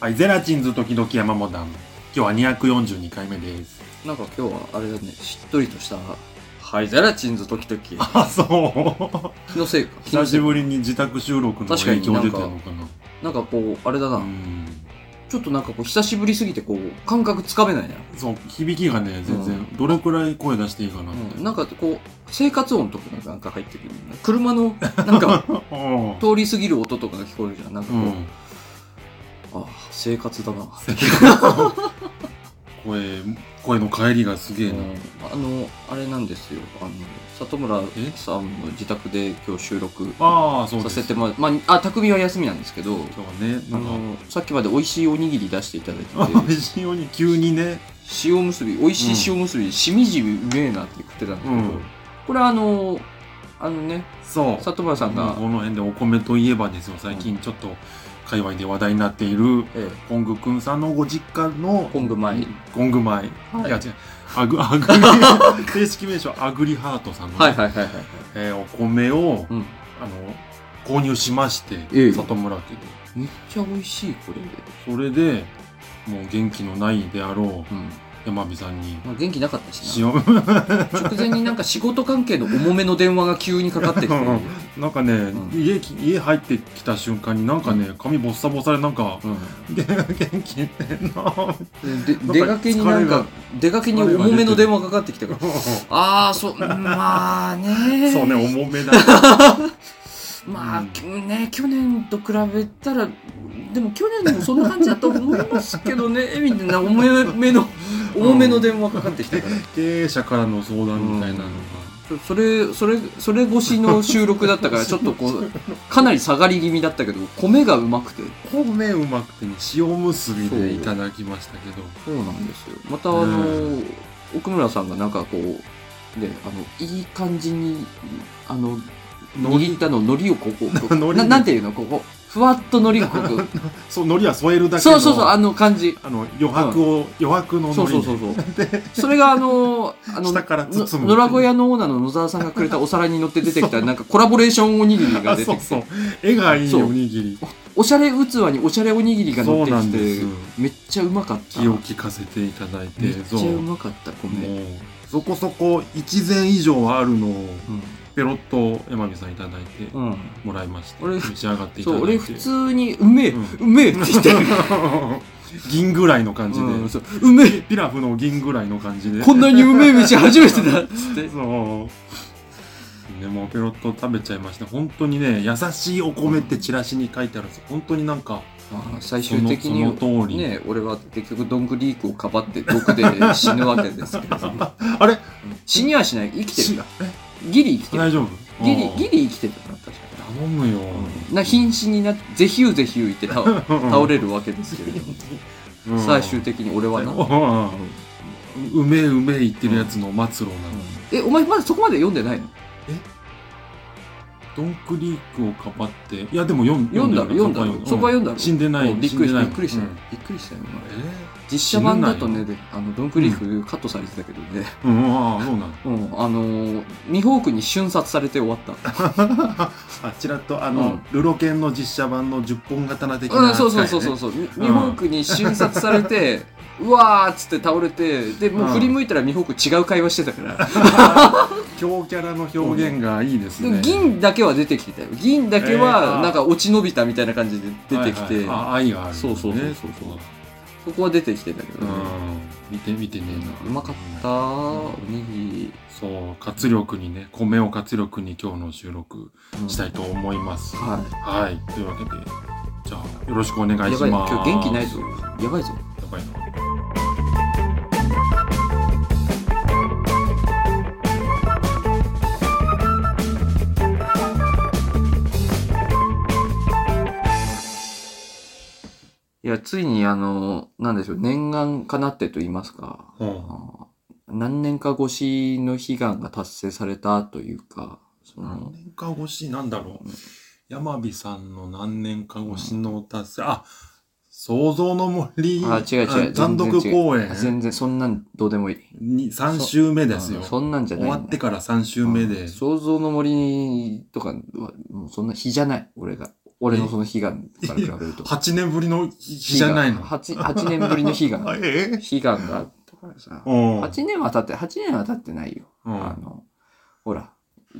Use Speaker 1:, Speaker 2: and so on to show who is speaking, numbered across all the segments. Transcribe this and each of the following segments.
Speaker 1: はい、ゼラチンズ時々山モダン。今日は242回目です。
Speaker 2: なんか今日はあれだねしっとりとしたはいゼラチンズ時々
Speaker 1: あ、そう。
Speaker 2: 気のせいか気の
Speaker 1: 久
Speaker 2: せ
Speaker 1: し
Speaker 2: いか
Speaker 1: ぶりに自宅収録の影響出てるのかな。
Speaker 2: なんかこうあれだな、
Speaker 1: うん。
Speaker 2: ちょっとなんかこう久しぶりすぎてこう感覚つかめないな、
Speaker 1: そう、響きがね、全
Speaker 2: う
Speaker 1: 然、どれくらい声出していいかなって。
Speaker 2: うん、なんかこう生活音とかなんか入ってくる 車のなんか
Speaker 1: うん。
Speaker 2: 通り過ぎる音とかが聞こえるじゃんなんか
Speaker 1: う
Speaker 2: こう、
Speaker 1: ん。
Speaker 2: ああ生活だな、
Speaker 1: 声、声の帰りがすげえな。
Speaker 2: あのあれなんですよあの里村さんの自宅で今日収録
Speaker 1: ああ、そうで
Speaker 2: さ
Speaker 1: す。
Speaker 2: せてもらまあ、あ匠は休みなんですけど
Speaker 1: 今日はね、
Speaker 2: あ
Speaker 1: なん
Speaker 2: のさっきまで美味しいおにぎり出していただい
Speaker 1: か、
Speaker 2: て
Speaker 1: 美
Speaker 2: て
Speaker 1: 味しいように急にね、
Speaker 2: 塩むすび美味しい塩むすび、しみじみうめえなって食ってたんですけど、
Speaker 1: うん
Speaker 2: これはあのあのね
Speaker 1: そう。
Speaker 2: 里村さんが、
Speaker 1: この辺でお米といえばですよ、最近ちょっと、界隈で話題になっている、
Speaker 2: ええ
Speaker 1: コングくんさんのご実家の
Speaker 2: コング米
Speaker 1: コング米、い、
Speaker 2: はい
Speaker 1: や違うアグアグリ 正式名称アグリハートさんのね、
Speaker 2: はいはいはいはいはい、
Speaker 1: えーお米を、
Speaker 2: うん、
Speaker 1: あの購入しまして、
Speaker 2: ええ
Speaker 1: 里村家で
Speaker 2: めっちゃ美味しいこれ、
Speaker 1: それでもう元気のないであろう
Speaker 2: うん
Speaker 1: 山火さんに
Speaker 2: まあ、元気なかったしな
Speaker 1: 塩
Speaker 2: 直前になんか仕事関係の重めの電話が急にかかってきて、
Speaker 1: うん なんかね、
Speaker 2: うん
Speaker 1: 家き家入ってきた瞬間になんかね、髪ボッサボサでなんか 「元気ってんな」
Speaker 2: でで出かけにな
Speaker 1: 疲
Speaker 2: ん
Speaker 1: れ
Speaker 2: か
Speaker 1: が
Speaker 2: 出かけに重めの電話かかってきたからああそうまあね
Speaker 1: そうね重めだ
Speaker 2: まあ、
Speaker 1: うん
Speaker 2: きね去年と比べたらでも去年もそんな感じだと思いますけど ねみたいな重めの重めの電話かかってきたから、
Speaker 1: 経営者からの相談みたいなのが。
Speaker 2: ちょそ れそれそれ越しの収録だった からちょっとこうかなり下がり気味だったけど米がうまくて
Speaker 1: 米うまくてね塩むすびでいただきましたけど
Speaker 2: そうなんですよまたあの、
Speaker 1: う
Speaker 2: 奥村さんがなんかこうねあのいい感じにあの
Speaker 1: 海苔
Speaker 2: 握ったの 海苔をこうこう
Speaker 1: 海苔
Speaker 2: ななんていうのここふわっと海苔がこ う
Speaker 1: そう海苔は添えるだけの
Speaker 2: そうそうそうあの感じ
Speaker 1: あの余白を、余白の海
Speaker 2: そう
Speaker 1: 苔
Speaker 2: そうそうそうそれがあのあの
Speaker 1: 下から包むっていう
Speaker 2: の野良小屋のオーナーの野沢さんがくれたお皿に乗って出てきたなんかコラボレーションおにぎりが
Speaker 1: あ
Speaker 2: 出
Speaker 1: そ
Speaker 2: て
Speaker 1: う
Speaker 2: き
Speaker 1: そう
Speaker 2: て
Speaker 1: 絵がいいおにぎり
Speaker 2: おしゃれ器におしゃれおにぎりが乗って
Speaker 1: そうな
Speaker 2: き
Speaker 1: んで
Speaker 2: て
Speaker 1: す
Speaker 2: めっちゃうまかった
Speaker 1: 気を利かせていただい
Speaker 2: め
Speaker 1: て
Speaker 2: っ
Speaker 1: そ
Speaker 2: ちゃう
Speaker 1: うも
Speaker 2: まかった
Speaker 1: う
Speaker 2: 米、
Speaker 1: そこそこ一膳以上はあるのを
Speaker 2: うん
Speaker 1: ペロッと山美さんいただいて
Speaker 2: うん、
Speaker 1: もらいまして
Speaker 2: 俺
Speaker 1: 召し上がっていただ
Speaker 2: そ
Speaker 1: いて
Speaker 2: う俺普通に「うめえ、
Speaker 1: う
Speaker 2: うんめえ」って言ってる
Speaker 1: 銀ぐらいの感じで、
Speaker 2: うんそううめえ
Speaker 1: ピラフの銀ぐらいの感じで
Speaker 2: こんなにうめえ飯初めてだっつって
Speaker 1: そう。でもうペロッと食べちゃいました。本当にね、優しいお米ってチラシに書いてあるんですよ。本当になんか、
Speaker 2: まあ最終的に
Speaker 1: そのその通り
Speaker 2: ね俺は結局ドングリークをかばって毒で死ぬわけですけれど も
Speaker 1: あれ
Speaker 2: 死にはしない生きてる
Speaker 1: し
Speaker 2: ギリ生きてる
Speaker 1: 大丈夫
Speaker 2: ギリギ
Speaker 1: リ
Speaker 2: リ生きてたな確か
Speaker 1: 頼むよ。
Speaker 2: にな瀕死になってぜひゅうぜひゅう言って倒倒
Speaker 1: れ
Speaker 2: れるわけですけれども最終的に俺はな、
Speaker 1: に。うめえうめえ言ってるやつの末路なの。
Speaker 2: えお前まだそこまで読んでないの
Speaker 1: ドンクリークをかばって。いや、でも読ん
Speaker 2: 読んだろ読んだ
Speaker 1: よ
Speaker 2: ろそこは読んだろ
Speaker 1: 死んでない。
Speaker 2: おびっく
Speaker 1: 死ん
Speaker 2: りした
Speaker 1: でない
Speaker 2: びっくりした
Speaker 1: うん
Speaker 2: びっくりしたよお前
Speaker 1: え
Speaker 2: 実写版だと
Speaker 1: 死
Speaker 2: ね、であのドンクリーフカットされてたけどね、
Speaker 1: ーうん、ああ、そうなの。
Speaker 2: うん、あのー、ミホークに瞬殺されて終わった。
Speaker 1: あちらっとあ
Speaker 2: う
Speaker 1: の
Speaker 2: ん、
Speaker 1: ルロケンの実写版の10本刀的
Speaker 2: う、
Speaker 1: なん扱い
Speaker 2: そう
Speaker 1: ね。
Speaker 2: そうそうそうそう、ミミホークに瞬殺されて、うわーっつって倒れて、で、もう振り向いたらミホーク違う会話してたから、
Speaker 1: 強キャラの表現がいいですね
Speaker 2: で。銀だけは出てきてたよ。銀だけ
Speaker 1: えーあ
Speaker 2: は
Speaker 1: ー
Speaker 2: なんか落ち延びたみたいな感じで出てきて、
Speaker 1: はいはいあ愛がある、ね。
Speaker 2: そうそうそうそう
Speaker 1: こは
Speaker 2: そこは出てきてたけどね、
Speaker 1: うん。見て見てねえ
Speaker 2: う
Speaker 1: な。
Speaker 2: まかったおにぎり。
Speaker 1: そう、活力にね、米を活力に今日の収録
Speaker 2: うん
Speaker 1: したいと思います。
Speaker 2: は
Speaker 1: はい。というわけで、じゃあよろしくお願い
Speaker 2: い。や
Speaker 1: し
Speaker 2: ばい、
Speaker 1: ます。
Speaker 2: 今日元気ないぞ。やばいぞ。
Speaker 1: やばいな。
Speaker 2: いや、ついにあの、なんでしょう、念願かなってと言いますか。
Speaker 1: うん。
Speaker 2: あー何年か越しの悲願が達成されたというか、そ
Speaker 1: 何
Speaker 2: の、
Speaker 1: 年か越し、なんだろう。山火さんの何年か越しの達成、あ、創造の森、
Speaker 2: あー、違う違う。
Speaker 1: 単独
Speaker 2: 全然違う
Speaker 1: 公
Speaker 2: あ
Speaker 1: 演
Speaker 2: 全然、そんなんどうでもいい。
Speaker 1: に3週目ですよ
Speaker 2: あ。そんなんじゃ
Speaker 1: 終
Speaker 2: ない。
Speaker 1: わってから3週目で
Speaker 2: あ。想像の森とかは、もうそんな日じゃない、俺が。俺のその比がから比べると。
Speaker 1: 8年ぶりの日じゃないの。
Speaker 2: 8, 8年ぶりの 悲願。
Speaker 1: え
Speaker 2: 悲願があったからさ。
Speaker 1: うん。
Speaker 2: 8年は経って、8年は経ってないよ。
Speaker 1: うん。
Speaker 2: あ
Speaker 1: あ
Speaker 2: の、ほら、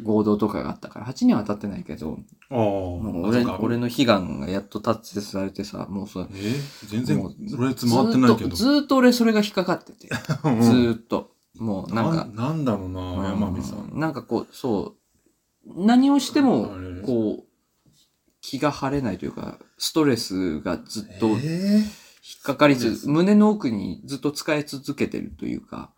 Speaker 2: 合同とかがあったから、8年は経ってないけど、
Speaker 1: あ。
Speaker 2: もう
Speaker 1: そ
Speaker 2: 俺
Speaker 1: っか
Speaker 2: 俺の悲願がやっと達成されてさ、もうそれ、
Speaker 1: え全然、
Speaker 2: もう
Speaker 1: それ回ってないけど。
Speaker 2: ずーっとずーっと俺それが引っかかって て、ず
Speaker 1: うん
Speaker 2: ーっと。もうなん
Speaker 1: な
Speaker 2: か、
Speaker 1: んなんだろうな、山
Speaker 2: う
Speaker 1: 美さん。
Speaker 2: なんかこう、そう、何をしても
Speaker 1: あ、れ
Speaker 2: こう、気が晴れないというか、ストレスがずっと
Speaker 1: え
Speaker 2: 引
Speaker 1: ー
Speaker 2: っかかり
Speaker 1: そうで
Speaker 2: つつ、
Speaker 1: す
Speaker 2: 胸の奥にずっと使い続けてるというか、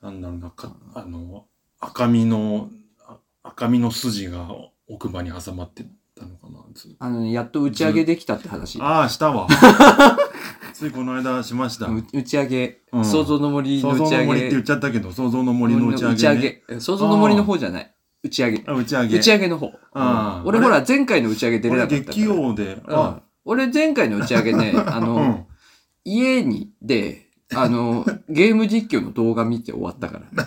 Speaker 1: なんだろうな、かあの、赤身の、あ赤身の筋が奥歯に挟まってたのかな、ずっと
Speaker 2: あの、やっと打ち上げできたって話。
Speaker 1: ああ、したわ。 ついこの間しました。
Speaker 2: う打ち上げ、
Speaker 1: うん
Speaker 2: 想像の森の
Speaker 1: 想
Speaker 2: 打
Speaker 1: 像
Speaker 2: ち
Speaker 1: の
Speaker 2: 上
Speaker 1: 森って言っ。
Speaker 2: げ
Speaker 1: ちゃったけど、想像の森の打ち上げ、ね。
Speaker 2: 打ち上げ想像の森の方じゃない。打ち上げ。
Speaker 1: あ打ち上げ。
Speaker 2: 打ち上げの方。
Speaker 1: あー
Speaker 2: 俺
Speaker 1: あれ
Speaker 2: ほら、前回の打ち上げ出れなかった
Speaker 1: 俺
Speaker 2: から。
Speaker 1: 月曜で、
Speaker 2: うん
Speaker 1: あ、
Speaker 2: 俺前回の打ち上げ ね、あ
Speaker 1: う
Speaker 2: の、
Speaker 1: ん。
Speaker 2: 家に、で、あの、ゲーム実況の動画見て終わったから。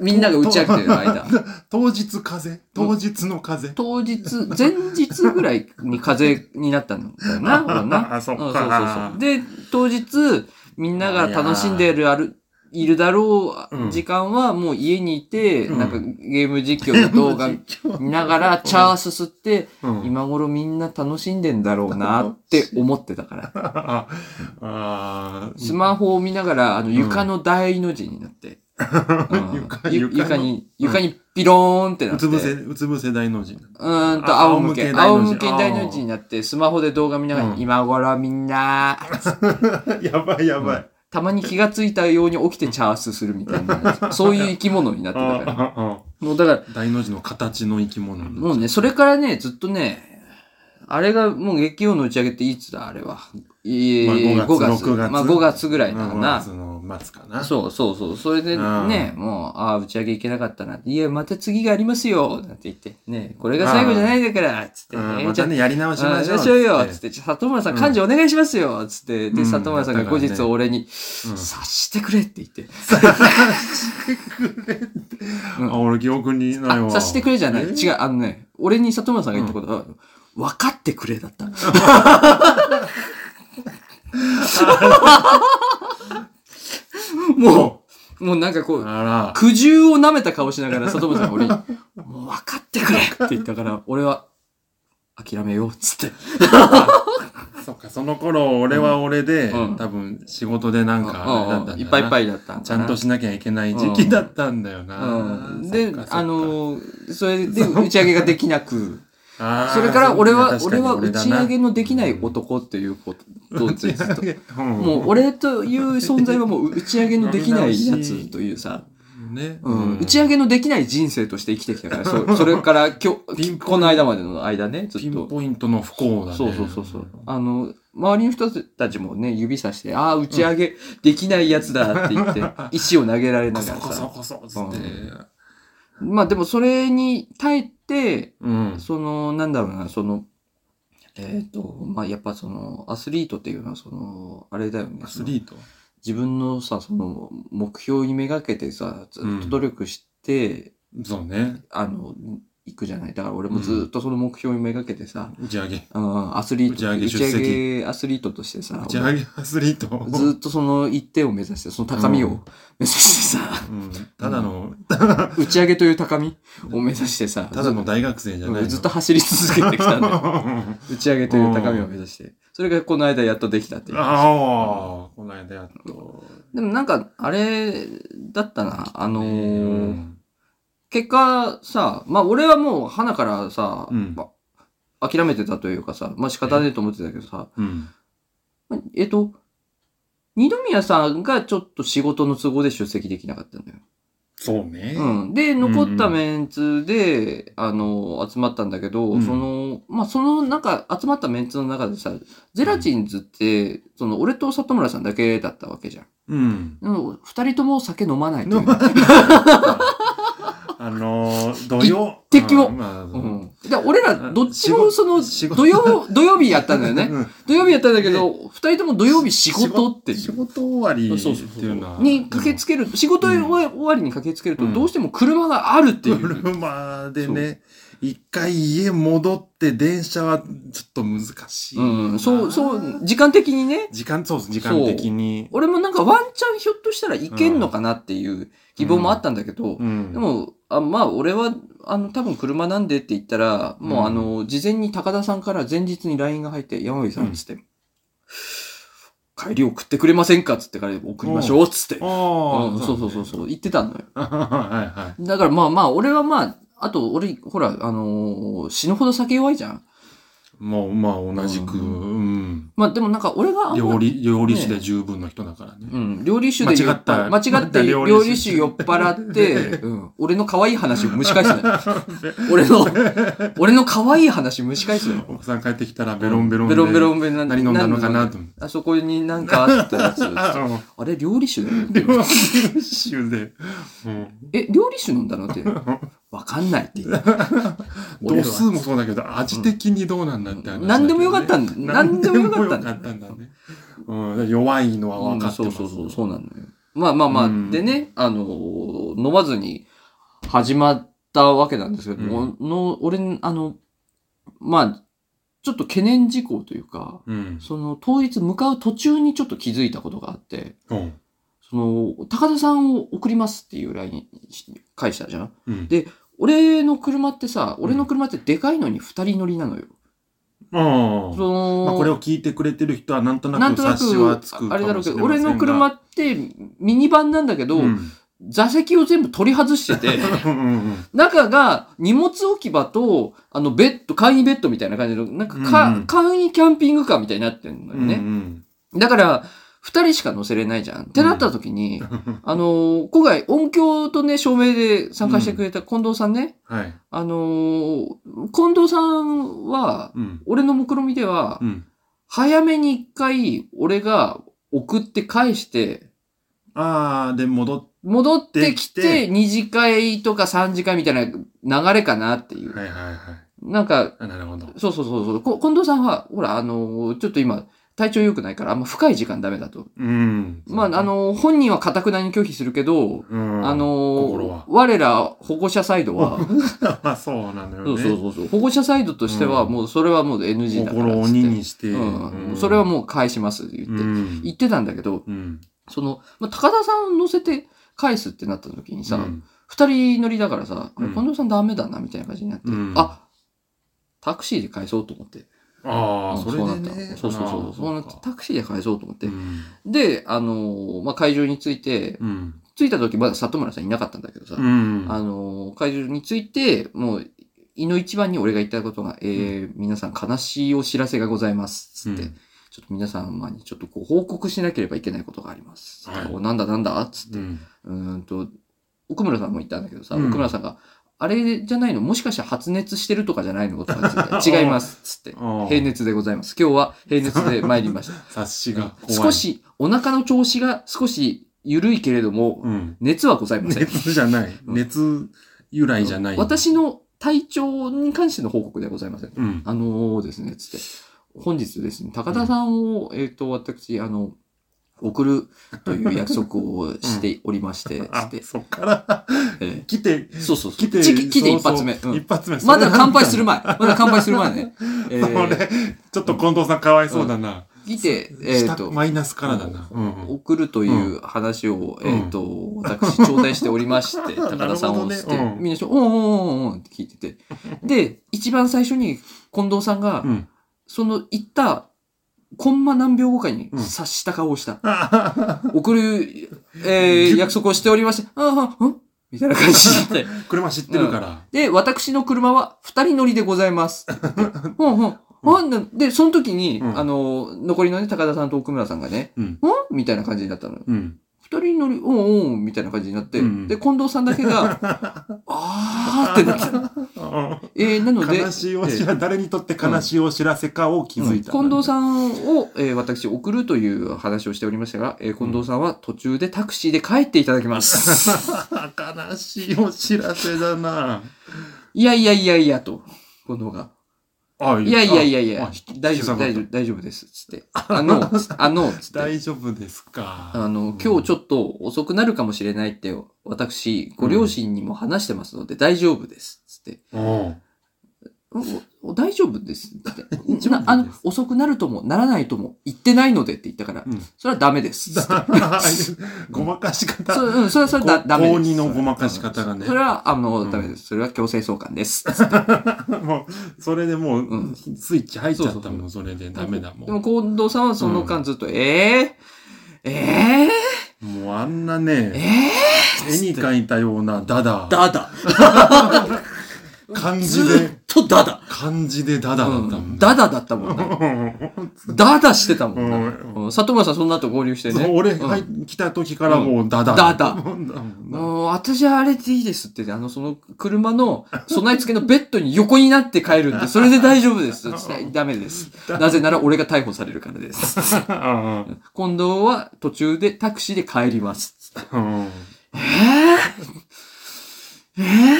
Speaker 2: みんなが打ち上げてる 間。
Speaker 1: 当日風当日の風
Speaker 2: 当日、前日ぐらいに風邪になったんだよな、ほらな。
Speaker 1: あそっか
Speaker 2: うんそうそうそう。で、当日、みんなが楽しんでる、ある、いるだろ
Speaker 1: うん
Speaker 2: う時間はもう家にいて、
Speaker 1: うん
Speaker 2: なんかゲーム実況の動画見ながら、チャーすすって、
Speaker 1: うん
Speaker 2: 今頃みんな楽しんでんだろうなって思ってたから。
Speaker 1: ああー、
Speaker 2: スマホを見ながら、あの、
Speaker 1: ん
Speaker 2: 床の大の字になって。うん
Speaker 1: 床
Speaker 2: ゆ
Speaker 1: 床の
Speaker 2: 床に、床にピローンってな
Speaker 1: う
Speaker 2: って。
Speaker 1: つ伏せ、うつ伏せ大の 字。
Speaker 2: うーんと、
Speaker 1: あ
Speaker 2: 仰向け、
Speaker 1: 仰
Speaker 2: 仰
Speaker 1: 向
Speaker 2: 向
Speaker 1: け大
Speaker 2: け
Speaker 1: の字
Speaker 2: 大の字になって、スマホで動画見ながら
Speaker 1: う、ん
Speaker 2: 今頃みんな、
Speaker 1: やばいやばい。
Speaker 2: たまに気がついたように起きてチャースするみたい な、そういう生き物になって
Speaker 1: あ
Speaker 2: た
Speaker 1: あ
Speaker 2: から。
Speaker 1: ああ
Speaker 2: もうだから、
Speaker 1: 大の字の形の生き物になっ
Speaker 2: もうね、それからね、ずっとね、あれがもう月曜の打ち上げっていつだ、あれは。え
Speaker 1: まあ5月6月
Speaker 2: まあ5月ぐらいだ
Speaker 1: まあ
Speaker 2: な。
Speaker 1: 5月の末かな。
Speaker 2: そうそうそう。それでね、もう、ああ、打ち上げ行けなかったな。いや、また次がありますよ。なんて言って。ね、これが最後じゃないんだから。つって。
Speaker 1: う
Speaker 2: え
Speaker 1: ん
Speaker 2: ー
Speaker 1: ま
Speaker 2: じゃ
Speaker 1: た
Speaker 2: あ
Speaker 1: ね、やり直しましょう。
Speaker 2: あしょうよ
Speaker 1: つ
Speaker 2: つっ、
Speaker 1: って
Speaker 2: じゃあ里村さん、漢字お願いしますよつって、
Speaker 1: う
Speaker 2: で、
Speaker 1: ん
Speaker 2: 里村さんが
Speaker 1: だ
Speaker 2: 後日
Speaker 1: からね
Speaker 2: 俺に、
Speaker 1: てうん
Speaker 2: 察してくれって言って、
Speaker 1: あ、俺記憶にない
Speaker 2: あ、
Speaker 1: わ。
Speaker 2: 察してくれじゃな
Speaker 1: え
Speaker 2: い。違う、あのね、俺に里村さんが言ったことは、分かってくれだった。もう、もうなんかこう、
Speaker 1: あ
Speaker 2: 苦渋を舐めた顔しながら里村さんが俺に、もう分かってくれって言ったから、俺は、諦めようっつって。
Speaker 1: ら。そっか、その頃、俺は俺で、
Speaker 2: うん
Speaker 1: 多分、仕事でなんか、あれだったんだ
Speaker 2: う
Speaker 1: な。
Speaker 2: んいっぱいいっぱいだったんだな。
Speaker 1: ちゃんとしなきゃいけない時期だったんだよな。
Speaker 2: うん
Speaker 1: そ
Speaker 2: で
Speaker 1: っかそっ、か
Speaker 2: あ、のー、それで打ち上げができなく、
Speaker 1: あー
Speaker 2: それから俺は、
Speaker 1: そう
Speaker 2: 俺
Speaker 1: だ
Speaker 2: は
Speaker 1: 確か
Speaker 2: 打
Speaker 1: に
Speaker 2: ち上げ
Speaker 1: 俺
Speaker 2: のできない男っていうことをずっ
Speaker 1: だ
Speaker 2: と、
Speaker 1: な、
Speaker 2: もう俺という存在はもう打ち上げのできないやつというさ、
Speaker 1: うん、ね、
Speaker 2: うん、打ち上げのできない人生として生きてきたか ら、そそれから今
Speaker 1: ピ
Speaker 2: 日、
Speaker 1: ンポイント
Speaker 2: この間までの間ね、ず
Speaker 1: ピ
Speaker 2: っ
Speaker 1: ン
Speaker 2: と。
Speaker 1: ポイントの不幸だね。
Speaker 2: そうそうそうそう。あの、周りの人たちもね、指さして、ああ、打ち上げできないやつだって言って、石を投げられ
Speaker 1: こ
Speaker 2: なが
Speaker 1: そ
Speaker 2: ら
Speaker 1: こそ
Speaker 2: さ。
Speaker 1: こそっつって。
Speaker 2: まあでもそれに耐えて、
Speaker 1: うん。
Speaker 2: その、なんだろうな、その、えっ、と、まあ、やっぱその、アスリートっていうのは、その、あれだよね。
Speaker 1: アスリート
Speaker 2: その自分のさ、その、目標にめがけてさ、ずっと努力して、
Speaker 1: そうね。
Speaker 2: あの、行くじゃない。だから俺もずっとその目標にめがけてさ、
Speaker 1: 打ち上げ。
Speaker 2: うん、アスリート、
Speaker 1: 打ち上げ出席
Speaker 2: 打ち上げアスリートとしてさ
Speaker 1: 打、ち上げアスリート。
Speaker 2: 俺ずっとその一定を目指して、その高みを
Speaker 1: うん
Speaker 2: 目指してさ、
Speaker 1: うん、ただの、
Speaker 2: 打ち上げという高みを目指してさ、
Speaker 1: ただの大学生じゃない
Speaker 2: うん
Speaker 1: の。
Speaker 2: ずっと走り続けてきたんだよ。
Speaker 1: あ
Speaker 2: 打ち上げという高みを目指して、それがこの間やっとできたっていう。
Speaker 1: あ、この間やっと。
Speaker 2: でもなんか、あれだったな。あのー
Speaker 1: うん
Speaker 2: 結果さ、まあ俺はもう花からさ、
Speaker 1: うん
Speaker 2: まあ諦めてたというかさ、まあ仕方ねえと思ってたけどさ、
Speaker 1: うん。
Speaker 2: まあえっと、二宮さんがちょっと仕事の都合で出席できなかったんだよ。
Speaker 1: そうね。
Speaker 2: うん。で、残ったメンツで、あの、集まったんだけど、
Speaker 1: うん
Speaker 2: その、まあ、その、なんか、集まったメンツの中でさ、ゼラチンズって、その、俺と里村さんだけだったわけじゃん。
Speaker 1: うん。
Speaker 2: でも二人とも酒飲まないという
Speaker 1: 飲
Speaker 2: ね。
Speaker 1: まあのー、土曜。
Speaker 2: 一滴も
Speaker 1: うんまあ
Speaker 2: うん。で、俺ら、どっちも、
Speaker 1: 仕
Speaker 2: その、
Speaker 1: 仕事
Speaker 2: 土曜、土曜日やったんだよね。
Speaker 1: うん
Speaker 2: 土曜日やったんだけど、二人とも土曜日仕事っていう。
Speaker 1: 仕事終わり
Speaker 2: そうそう
Speaker 1: っていうのは。
Speaker 2: に駆けつける、仕事終わりに駆けつけると、どうしても車があるっていう。
Speaker 1: 車でね、一回家戻って電車はちょっと難しいな。
Speaker 2: うん、そう、そう、時間的にね、
Speaker 1: 時間、そうです、時間的に。
Speaker 2: 俺もなんかワンチャンひょっとしたらいけんのかなっていう希望もあったんだけど、
Speaker 1: うん
Speaker 2: でも、あまあ、俺は、あの、多分車なんでって言ったら、もう、
Speaker 1: うん
Speaker 2: あの、事前に高田さんから前日に LINE が入って、山口さ
Speaker 1: うんん
Speaker 2: っつって、帰り送ってくれませんかっつってから送りましょうっつって。
Speaker 1: あ
Speaker 2: うん、
Speaker 1: あ、
Speaker 2: そうそうそうそう、言ってたのよ。
Speaker 1: う。 はいはい。
Speaker 2: だからまあまあ、俺はまあ、あと、俺、ほら、あのー死ぬほど酒弱いじゃん。
Speaker 1: もう、まあ、同じく、
Speaker 2: う
Speaker 1: うん。
Speaker 2: まあ、でもなんか、俺があんま
Speaker 1: 料理、料理士で十分の人だからね。
Speaker 2: うん、料理酒で酔
Speaker 1: 間違った
Speaker 2: 間違って
Speaker 1: 間違った料
Speaker 2: 料
Speaker 1: 理酒
Speaker 2: 理酒酔っ払って、 うん、俺の可愛い話を蒸し返すのよ。俺の、俺の可愛い話蒸し返すのよ。
Speaker 1: お子さん帰ってきたらベロンベロン
Speaker 2: ベ
Speaker 1: で。
Speaker 2: ロンベロンベロン
Speaker 1: 何飲んだのかな
Speaker 2: と
Speaker 1: と思って。
Speaker 2: あそこになんかあったや つ。あ
Speaker 1: ああ、
Speaker 2: れ、料理酒だよ。
Speaker 1: 料理酒で。うん
Speaker 2: え、料理酒飲んだ のって。わかんないって言って。
Speaker 1: 度数もそうだけど、味的にどうなんだって話だけどね。
Speaker 2: 何でもよかったんだ。何でもよかったん
Speaker 1: 何
Speaker 2: だ。
Speaker 1: でもよかったんだね。うん、弱いのは
Speaker 2: う
Speaker 1: 分
Speaker 2: ん
Speaker 1: かって
Speaker 2: そ
Speaker 1: ま
Speaker 2: う
Speaker 1: す。
Speaker 2: そうそう、そうなのよ。まあまあまあ、
Speaker 1: うん
Speaker 2: でね、あのー飲まずに始まったわけなんですけど、
Speaker 1: うん
Speaker 2: おの俺、あの、まあ、ちょっと懸念事項というか、
Speaker 1: うん。
Speaker 2: その当日向かう途中にちょっと気づいたことがあって、
Speaker 1: うん。
Speaker 2: その、高田さんを送りますっていう LINE 返したじゃん
Speaker 1: うん。
Speaker 2: で俺の車ってさ、俺の車ってでかいのに二人乗りなのよ。
Speaker 1: ああ。
Speaker 2: その、
Speaker 1: まあ、これを聞いてくれてる人はなんとな
Speaker 2: なん
Speaker 1: く
Speaker 2: とな
Speaker 1: 察しはつくかもしれません
Speaker 2: く、
Speaker 1: が
Speaker 2: あれだろうけど、俺の車ってミニバンなんだけど、
Speaker 1: うん
Speaker 2: 座席を全部取り外して て、
Speaker 1: うんうん
Speaker 2: 中が荷物置き場と、あの、ベッド、簡易ベッドみたいな感じの、なんかか、
Speaker 1: うんうん
Speaker 2: 簡易キャンピングカーみたいになってんの
Speaker 1: う
Speaker 2: よ
Speaker 1: ん。
Speaker 2: ね。だから、二人しか乗せれないじゃん。ってなった時に、
Speaker 1: うんうん。
Speaker 2: あのー今回音響とね、照明で参加してくれた近藤さんね、
Speaker 1: はい。
Speaker 2: あのー近藤さんは、
Speaker 1: うん。
Speaker 2: 俺の目論見では、
Speaker 1: うん。
Speaker 2: 早めに一回、俺が送って返して、
Speaker 1: ああ、で、戻っ
Speaker 2: 戻ってき
Speaker 1: で
Speaker 2: て、二次会とか三次会みたいな流れかなっていう。
Speaker 1: はいはいはい。
Speaker 2: なんか、
Speaker 1: あなるほど。
Speaker 2: そうそうそうそうこ。近藤さんは、ほら、あのーちょっと今、体調良くないから、あんま深い時間ダメだと。
Speaker 1: うん。
Speaker 2: まあ、あ、のー本人は固くなに拒否するけど、
Speaker 1: うん、
Speaker 2: あの、
Speaker 1: 心
Speaker 2: ー
Speaker 1: は
Speaker 2: 我ら保護者サイドは、
Speaker 1: まあそうなのよね。
Speaker 2: そうそうそうそう、保護者サイドとしては、
Speaker 1: うん
Speaker 2: もうそれはもう NG だからっつっ
Speaker 1: 心
Speaker 2: て。
Speaker 1: を鬼にして、
Speaker 2: うん
Speaker 1: うん
Speaker 2: それはもう返しますって言って、
Speaker 1: うん
Speaker 2: 言ってたんだけど、
Speaker 1: うん
Speaker 2: その、まあ、高田さんを乗せて返すってなった時にさ、
Speaker 1: うん
Speaker 2: 二人乗りだからさ、あれ
Speaker 1: うん
Speaker 2: 近藤さんダメだな、みたいな感じになって、
Speaker 1: うん
Speaker 2: あ、タクシーで返そうと思って。
Speaker 1: ああ、
Speaker 2: うん
Speaker 1: それ
Speaker 2: うな
Speaker 1: で
Speaker 2: った
Speaker 1: ね。
Speaker 2: そうそうそ
Speaker 1: あ
Speaker 2: う。
Speaker 1: ー
Speaker 2: そうなって、タクシーで返そうと思って
Speaker 1: う。ん
Speaker 2: で、あのーまあ、会場に着いて、
Speaker 1: うん。
Speaker 2: 着いた時まだ里村さんいなかったんだけどさ、
Speaker 1: うん。
Speaker 2: あのー会場に着いて、もう、胃の一番に俺が言ったことが、えー皆さん悲しいお知らせがございます。つって、
Speaker 1: うん
Speaker 2: ちょっと皆様にちょっとご報告しなければいけないことがあります。
Speaker 1: はい
Speaker 2: おなんだなんだつって
Speaker 1: う、ん
Speaker 2: うーんと、奥村さんも言ったんだけどさ、
Speaker 1: うん
Speaker 2: 奥村さんが、あれじゃないのもしかして発熱してるとかじゃないのとか言って違います。つって。
Speaker 1: ああ
Speaker 2: 平熱でございます。今日は平熱で参りました。
Speaker 1: 察しが怖い。
Speaker 2: 少。し、お腹の調子が少し緩いけれども、
Speaker 1: うん。
Speaker 2: 熱はございません。
Speaker 1: 熱じゃない。
Speaker 2: うん
Speaker 1: 熱由来じゃない。
Speaker 2: 私の体調に関しての報告ではございません。
Speaker 1: うん。
Speaker 2: あのーですね、つって。本日ですね、高田さんを、えっ、と、私、あの、送るという約束をしておりまして、つ
Speaker 1: あ
Speaker 2: っ、て。
Speaker 1: そっから
Speaker 2: えー
Speaker 1: 来て、
Speaker 2: そうそうそう。
Speaker 1: 来て、
Speaker 2: ち来て
Speaker 1: そう
Speaker 2: 一
Speaker 1: そう
Speaker 2: 発目。うん
Speaker 1: 一発目。
Speaker 2: まだ乾杯する
Speaker 1: 前。
Speaker 2: 前。まだ乾杯する前ね。え
Speaker 1: そ
Speaker 2: ー
Speaker 1: れ、ちょっと近藤さんかわいそうだな。
Speaker 2: 来て、えっ、
Speaker 1: 下
Speaker 2: と、
Speaker 1: マイナスからだな。うんうん。
Speaker 2: 送るという話を、
Speaker 1: うん
Speaker 2: えっ、と、私、頂戴しておりまして、高田さんをして、
Speaker 1: なるほどねうん
Speaker 2: みんなして、おんおんおんおんって聞いてて。で、一番最初に近藤さんが、
Speaker 1: うん。
Speaker 2: その言った、コンマ何秒後かに
Speaker 1: うん
Speaker 2: 察した顔をした。
Speaker 1: あ
Speaker 2: 送る、えー
Speaker 1: じゅ
Speaker 2: 約束をしておりまして、ああ、んみたいな感じになって。
Speaker 1: 車知ってるから。
Speaker 2: で、私の車は二人乗りでござい ます。ほんほん。ほんなんで、その時に、
Speaker 1: うん
Speaker 2: あの、残りのね、高田さんと奥村さんがね、
Speaker 1: うん。
Speaker 2: んみたいな感じになったのよ。
Speaker 1: うん。
Speaker 2: 二人乗り、おんおん、みたいな感じになって、
Speaker 1: うん
Speaker 2: で、近藤さんだけ が、あーってなった。えー、なので、
Speaker 1: 悲しいお知らせ、誰にとって悲しいお知らせかを気づいた。
Speaker 2: 近藤さんを、えー私送るという話をしておりましたが、えー近藤さんは途中でタクシーで帰っていただきます。
Speaker 1: ん。悲しいお知らせだない
Speaker 2: やいやいやいやと、近藤が。
Speaker 1: あ
Speaker 2: いやいやいやい
Speaker 1: あ
Speaker 2: や
Speaker 1: ひ、
Speaker 2: 大丈夫、大丈夫、大丈夫です。つ って。あの、あの、つって。
Speaker 1: 大丈夫ですか。
Speaker 2: あの、今日ちょっと遅くなるかもしれないって、私、ご両親にも話してますので大丈夫です。つって。
Speaker 1: うん。
Speaker 2: おお大丈夫です って言って。
Speaker 1: 丈夫です
Speaker 2: なあの、遅くなるとも、ならないとも、言ってないのでって言ったから、
Speaker 1: うん
Speaker 2: それはダメですっつって。
Speaker 1: ごまかし方。
Speaker 2: そう、うん、それはそれはだ
Speaker 1: こ
Speaker 2: ダメです。
Speaker 1: 高二のごまかし方がね
Speaker 2: それは、あの、
Speaker 1: うん
Speaker 2: ダメです。それは強制送還です。
Speaker 1: もう、それでもう、
Speaker 2: うん
Speaker 1: スイッチ入っちゃったもん、それでダメだも
Speaker 2: で
Speaker 1: ん。
Speaker 2: も、近藤さんはその間ずっと、えー、え
Speaker 1: もうあんな
Speaker 2: ー、え
Speaker 1: ね、
Speaker 2: ー、
Speaker 1: 絵に描いたようなダダ、
Speaker 2: だだ。
Speaker 1: 漢
Speaker 2: ず
Speaker 1: 字
Speaker 2: ーっ
Speaker 1: で、
Speaker 2: とだだ。
Speaker 1: 漢字でダダだったもん。
Speaker 2: だだだったもんな。だだしてたもんな。
Speaker 1: うん
Speaker 2: うん里村さん、その後合流して
Speaker 1: そう
Speaker 2: ね。
Speaker 1: 俺
Speaker 2: うん
Speaker 1: 入っ来た時からもうダダ。
Speaker 2: ダダ
Speaker 1: うん
Speaker 2: もう、私はあれでいいですって、あの、その、車の、備え付けのベッドに横になって帰るんで、それで大丈夫です。つってダメです。なぜなら俺が逮捕されるからです。 近藤は途中でタクシーで帰ります。
Speaker 1: うん
Speaker 2: えぇ、え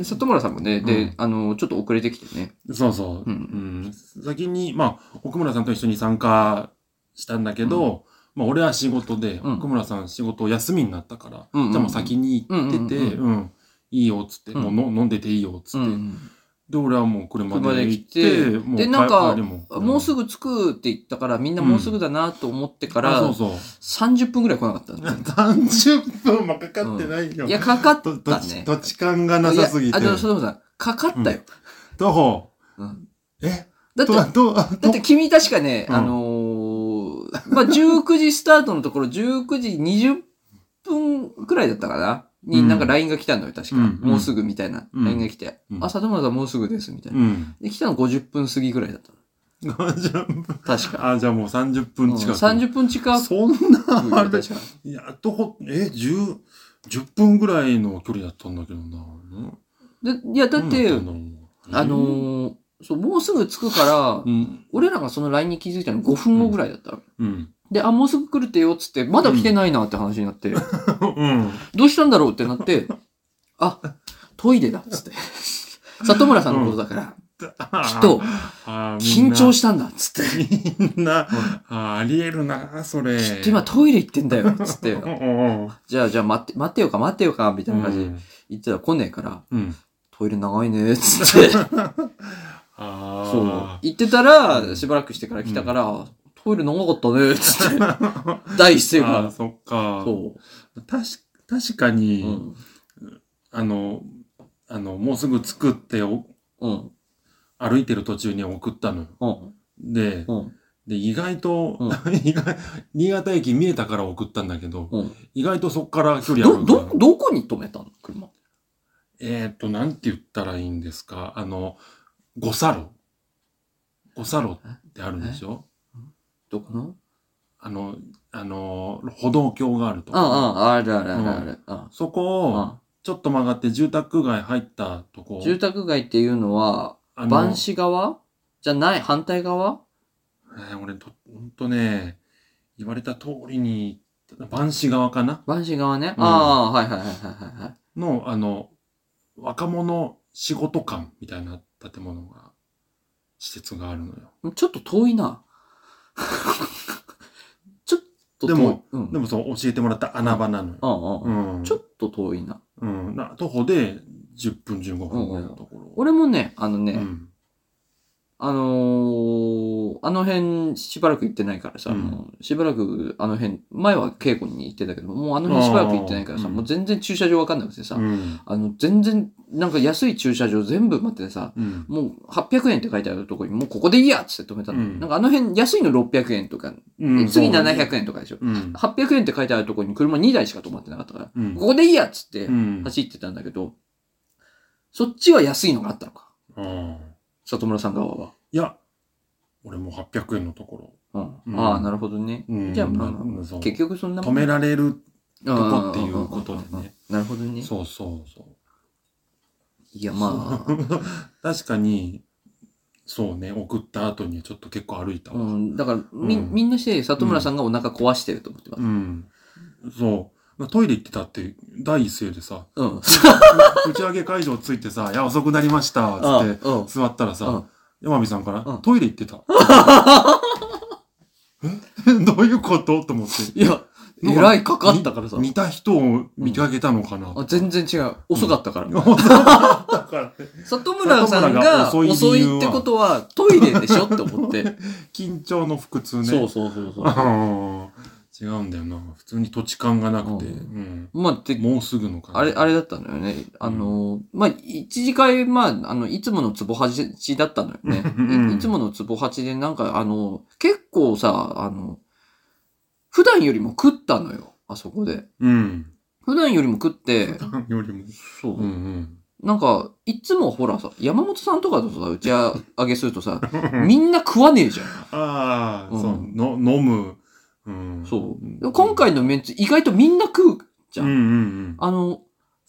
Speaker 2: ぇ、里村さんも ね、で、
Speaker 1: うん
Speaker 2: あの、ちょっと遅れてきてね。
Speaker 1: そうそう。
Speaker 2: う
Speaker 1: うんん先に、まあ、奥村さんと一緒に参加したんだけど、まあ、俺は仕事で、
Speaker 2: うん
Speaker 1: 奥村さん仕事休みになったから、
Speaker 2: うんうんうん
Speaker 1: じゃあもう先に行ってて、
Speaker 2: うん
Speaker 1: うんいいよ、っつって、
Speaker 2: うん
Speaker 1: もうの飲んでていいよ、っつって、で、俺はもう車
Speaker 2: 車で
Speaker 1: で
Speaker 2: 来
Speaker 1: 行ってて、もう
Speaker 2: でなんか
Speaker 1: 帰りも
Speaker 2: もうす
Speaker 1: ぐ
Speaker 2: ぐ着くって言ったから、みんなもうすぐだなと思ってから、
Speaker 1: そう そう。
Speaker 2: 30分ぐらい来なか ったんだよね
Speaker 1: 30分もかかってないよ。
Speaker 2: いや、かかった
Speaker 1: と
Speaker 2: ね。
Speaker 1: 土地、土地感がなさすぎて
Speaker 2: いや。あ、でも里村さん、かかったよ。
Speaker 1: 徒歩。
Speaker 2: うん
Speaker 1: え
Speaker 2: だって
Speaker 1: と、と、だ
Speaker 2: だって君確かね、
Speaker 1: うん
Speaker 2: あのーまあ、19時スタートのところ、19時20分くらいだったかなに、
Speaker 1: うん
Speaker 2: なんか LINE が来たのよ、確か。
Speaker 1: うんうん
Speaker 2: もうすぐみたいな。
Speaker 1: うん
Speaker 2: LINE が来て、
Speaker 1: うん
Speaker 2: あ、里村さんもうすぐです、みたいうな。
Speaker 1: ん。
Speaker 2: で、来たの50分過ぎぐらいだったの。
Speaker 1: 50分。
Speaker 2: 確か。
Speaker 1: あ、じゃあもう30分近く。
Speaker 2: うん30分近く。
Speaker 1: そんな、あれ、
Speaker 2: 確か
Speaker 1: やっとほ、え、10、10分ぐらいの距離だったんだけどな。ん
Speaker 2: でいや、だって、
Speaker 1: どうなったんだろう
Speaker 2: あのーそう、もうすぐ着くから、
Speaker 1: うん。
Speaker 2: 俺らがその LINE に気づいたの5分後ぐらいだったの。
Speaker 1: うん。
Speaker 2: で、あ、もうすぐ来るってよ、つって、まだ来てないなって話になって。
Speaker 1: うん。
Speaker 2: どうしたんだろうってなって、あ、トイレだっつ って。里村さんのことだから、きっと
Speaker 1: あー、
Speaker 2: 緊張
Speaker 1: し
Speaker 2: したんだっつって。
Speaker 1: みんな、あーありえるな、それ。
Speaker 2: きっと 今トイレ行ってんだよっつって
Speaker 1: う。んうん
Speaker 2: じゃあ、じゃあ待って、待ってよか待ってよか、みたいな感じ
Speaker 1: う
Speaker 2: で
Speaker 1: ん
Speaker 2: 言ってたら来ねえから、
Speaker 1: うん。
Speaker 2: トイレ長いねっつって。
Speaker 1: あ
Speaker 2: そう。
Speaker 1: あ。
Speaker 2: 行ってたら、
Speaker 1: うん
Speaker 2: しばらくしてから来たから、トイレ長かったねっつって。 第一声
Speaker 1: あー
Speaker 2: が。
Speaker 1: そっか。
Speaker 2: そ
Speaker 1: 確確か
Speaker 2: う。
Speaker 1: に、
Speaker 2: うん。
Speaker 1: あの、あの、もうすぐ着くってお
Speaker 2: うん。
Speaker 1: 歩いてる途中に送ったのよ。
Speaker 2: うん。
Speaker 1: で、
Speaker 2: うん。
Speaker 1: で、意外と、
Speaker 2: うん
Speaker 1: 意外新潟駅見えたから送ったんだけど、
Speaker 2: うん。
Speaker 1: 意外とそっから距離あ
Speaker 2: ど、
Speaker 1: るから
Speaker 2: ど、どこに止めたの車。
Speaker 1: えーっ、と、なんて言ったらいいんですかあの、五サロ。五サロってあるんでしょ
Speaker 2: どこの
Speaker 1: あの、あの、歩道橋があるとこ。
Speaker 2: ああ、あるあるあるある。あ
Speaker 1: そこ
Speaker 2: あ
Speaker 1: を、ちょっと曲がって住宅街入ったとこ。
Speaker 2: 住宅街っていうのは、
Speaker 1: あの
Speaker 2: 番市側じゃない、反対側
Speaker 1: えー俺と、ほんとね、言われた通りに、万子側かな
Speaker 2: 番市側ね。
Speaker 1: うん
Speaker 2: ああ、はいはいはいはいはい。
Speaker 1: の、あの、若者仕事館みたいな建物が、施設があるのよ。
Speaker 2: はいちょっと遠いな。 ちょっと遠い。
Speaker 1: でも、
Speaker 2: うん。
Speaker 1: でもそう、教えてもらった穴場なのよ。
Speaker 2: ああ、ああ
Speaker 1: うん。
Speaker 2: ちょっと遠いな。
Speaker 1: うん。な徒歩で10分15分ぐらいのところ。
Speaker 2: 俺もね、あのね、
Speaker 1: うん。
Speaker 2: あのーあの辺しばらく行ってないからさ、
Speaker 1: うん
Speaker 2: もうしばらくあの辺、前は稽古に行ってたけど、もうあの辺しばらく行ってないから
Speaker 1: あ
Speaker 2: さ、
Speaker 1: ーうん
Speaker 2: もう全然駐車場わかんなくてさ、
Speaker 1: うん。
Speaker 2: あの、全然、なんか安い駐車場全部待っててさ、
Speaker 1: うん。
Speaker 2: もう800円って書いてあるとこに、もうここでいいやっつって止めたの。
Speaker 1: うん
Speaker 2: なんかあの辺安いの600円とか、
Speaker 1: うん
Speaker 2: 次700。円とかでしょ。
Speaker 1: うん。
Speaker 2: 800円って書いてあるとこに車2台しか止まってなかったから、
Speaker 1: うん
Speaker 2: ここでいいやっつって
Speaker 1: うん。
Speaker 2: 走ってたんだけど、そっちは安いのがあったのか。
Speaker 1: うん
Speaker 2: 里村さん側は。
Speaker 1: いや、俺もう800円のとこ
Speaker 2: うん。
Speaker 1: うん
Speaker 2: ああ、なるほどね。
Speaker 1: うん
Speaker 2: じゃあ、まあ
Speaker 1: うんうんそう
Speaker 2: 結局そんな
Speaker 1: ろ。
Speaker 2: も
Speaker 1: 止め
Speaker 2: ん
Speaker 1: られる。とこ
Speaker 2: ああ
Speaker 1: っていうことでね
Speaker 2: ああああなるほどね。
Speaker 1: そうそうそう。
Speaker 2: いや、まあ、
Speaker 1: 確かに、そうね、送った後にちょっと結構歩いた
Speaker 2: う
Speaker 1: わ。うん。
Speaker 2: ん、だからみ、
Speaker 1: うん
Speaker 2: みんなして里村さんがお腹壊してると思ってます。
Speaker 1: そう。トイレ行ってたって、第一声で さ、
Speaker 2: うん。
Speaker 1: 打ち上げ会場着いてさ、いや、遅くなりました、つって、
Speaker 2: うん。
Speaker 1: 座ったら
Speaker 2: うん
Speaker 1: さ、山美さんから
Speaker 2: うん、
Speaker 1: トイ レ行ってた。えどういうことと思って。
Speaker 2: いや、えらいかかったからさ。
Speaker 1: 似た人を見かけたのかな。
Speaker 2: あ全然違う。遅かったから。
Speaker 1: だから
Speaker 2: 里村さん
Speaker 1: 里村が
Speaker 2: が
Speaker 1: 遅い理由は
Speaker 2: 遅いってことはトイレでしょって思って。
Speaker 1: 緊張の腹痛ね。
Speaker 2: そうそうそうそう。
Speaker 1: あ ー違うんだよな。普通に土地勘がなくて。う
Speaker 2: う
Speaker 1: ん。
Speaker 2: まあ、で
Speaker 1: もうすぐの感
Speaker 2: あれ、あ
Speaker 1: れ。
Speaker 2: れだったのよね。あの、まあ、一次会、まあ、あの、いつものツボ八だったのよね
Speaker 1: うん。
Speaker 2: いいつものツボ八で、なんか、あの、結構さ、あの、普段よりも食ったのよ、あそこで。
Speaker 1: うん。
Speaker 2: 普段よりも食って、
Speaker 1: よりも。
Speaker 2: そう
Speaker 1: う。ん
Speaker 2: なんか、いつもほらさ、山本さんとかとさ、打ち上げするとさ、
Speaker 1: うん。
Speaker 2: みんな食わねえじゃん。
Speaker 1: ああ、
Speaker 2: うん
Speaker 1: そう、の、飲む。うん。
Speaker 2: そう。でも今回のメンツ、意外とみんな食うじゃ
Speaker 1: うん
Speaker 2: ん。
Speaker 1: うん
Speaker 2: あの、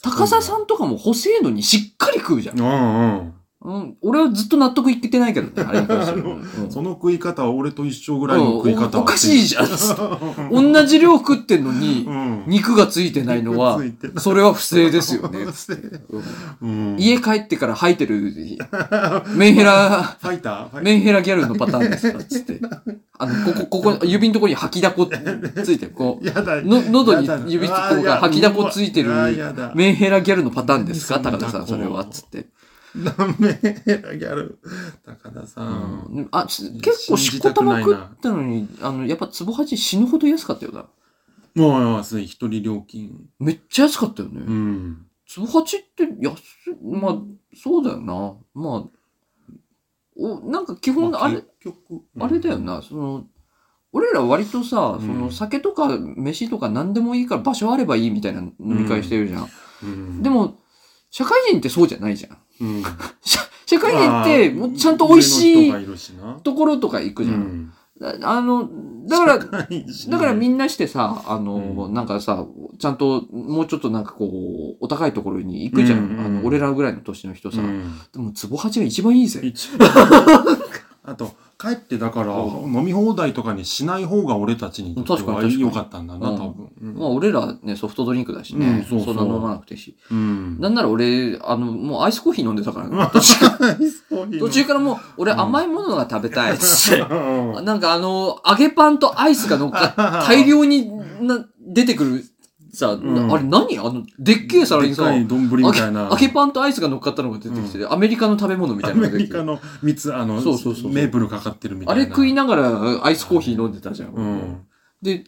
Speaker 2: 高澤さんとかも細いのにしっかり食うじゃん
Speaker 1: うん。。うんうん。
Speaker 2: うん、俺はずっと納得いってないけどね、あれに関し ては。うん
Speaker 1: その食い方は俺と一緒ぐらいの食い方
Speaker 2: おおかしいじゃん
Speaker 1: 同
Speaker 2: 同じ量食ってんのに、
Speaker 1: ん
Speaker 2: 肉がついてないのは
Speaker 1: 肉、ついてない
Speaker 2: それは不正ですよね。うん
Speaker 1: うん
Speaker 2: 家帰ってから吐い てる、メンヘラ、
Speaker 1: ファイターファイ
Speaker 2: メンヘラギャルのパターンですから、つって。あの、ここ、ここ、指のところに吐きだこついてる、こう、
Speaker 1: やだ
Speaker 2: の喉に
Speaker 1: やだ
Speaker 2: 指突っ込む
Speaker 1: あーいや
Speaker 2: が吐きだこついてる
Speaker 1: あーやだ
Speaker 2: メンヘラギャルのパターンですか、
Speaker 1: 何そ
Speaker 2: 高
Speaker 1: の
Speaker 2: 田さん、それは、つって。
Speaker 1: メンヘラギャル。高田さん。
Speaker 2: うんあ、す結構しこたま食ったのに、あの、やっぱツボハチ死ぬほど安かったよな。
Speaker 1: もう安い、一人料金。
Speaker 2: めっちゃ安かったよね。
Speaker 1: うん。
Speaker 2: ツボハチって安い、まあ、そうだよな。まあ、お、なんか基本、
Speaker 1: ま
Speaker 2: あれ、
Speaker 1: 結局。
Speaker 2: あれだよな、その、俺ら割とさ、
Speaker 1: うん
Speaker 2: その酒とか飯とか何でもいいから場所あればいいみたいな飲み会してるじゃん。
Speaker 1: うん。
Speaker 2: でも、社会人ってそうじゃないじゃん。
Speaker 1: うん、
Speaker 2: 社社会人っ
Speaker 1: あ
Speaker 2: て、
Speaker 1: ー
Speaker 2: もうちゃんと美味し
Speaker 1: 上の人が
Speaker 2: い
Speaker 1: いるしな。
Speaker 2: ところとか行くじゃん。
Speaker 1: ん。
Speaker 2: だあの、だから、だからみ
Speaker 1: な、
Speaker 2: んなしてさ、あの、
Speaker 1: うん
Speaker 2: なんかさ、ちゃんと、もうちょっとなんかこう、お高いところに行くじゃん。
Speaker 1: うんうん
Speaker 2: あの俺らぐらいの年の人さ。
Speaker 1: うん
Speaker 2: でも、ツボハチが一番いいぜ。
Speaker 1: 一あと、帰ってだから、飲み放題とかにしない方が俺たちにとって
Speaker 2: 確か
Speaker 1: は
Speaker 2: に確かに
Speaker 1: 良かったんだな、
Speaker 2: うん
Speaker 1: 多分。うん
Speaker 2: まあ、俺らね、ソフトドリンクだしね。
Speaker 1: うんそ
Speaker 2: そう
Speaker 1: そうん
Speaker 2: な飲まなくてし。
Speaker 1: うん。
Speaker 2: なんなら俺、あの、もうアイスコーヒー飲んでたからね。途中からもう、俺
Speaker 1: うん
Speaker 2: 甘いものが食べたいっつって。
Speaker 1: うん
Speaker 2: なんかあの、揚げパンとアイスが乗っかっ大量にな出てくるさ、
Speaker 1: ん
Speaker 2: あれ何あの、でっけえ皿にさ、
Speaker 1: でっかい丼みたいな。
Speaker 2: 揚げパンとアイスが乗っかったのが出てきて、アメリカの食べ物みた
Speaker 1: ア
Speaker 2: いなの
Speaker 1: メ
Speaker 2: が出て
Speaker 1: リ
Speaker 2: きて
Speaker 1: カ。の蜜、あの、
Speaker 2: そうそうそう
Speaker 1: メープルかかってるみた
Speaker 2: あ
Speaker 1: いな。
Speaker 2: れ食いながらアイスコーヒー飲んでたじゃん。
Speaker 1: うん。
Speaker 2: で、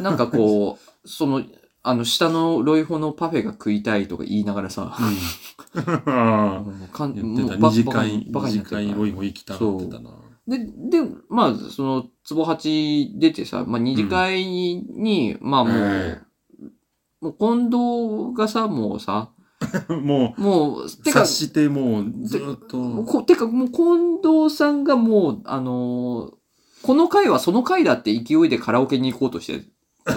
Speaker 2: なんかこう、その、あの、下のロイホのパフェが食いたいとか言いながらさ、
Speaker 1: うん。
Speaker 2: かん
Speaker 1: 言ってた。
Speaker 2: もうバ
Speaker 1: 二次
Speaker 2: バカ
Speaker 1: 会、
Speaker 2: バカ
Speaker 1: 二
Speaker 2: に
Speaker 1: 次
Speaker 2: なってる
Speaker 1: 会
Speaker 2: から
Speaker 1: ロイホ行きたがってたな。
Speaker 2: で、で、まあ、その、ツボ八出てさ、まあ、二次会に、まあも
Speaker 1: え
Speaker 2: う、もう近藤がさ、もうさ、
Speaker 1: も
Speaker 2: もう、
Speaker 1: う、
Speaker 2: てか
Speaker 1: 察、してもう、ずっと。
Speaker 2: こてか、もう近藤さんがもう、あのーこの回はその回だって勢いでカラオケに行こうとして、
Speaker 1: う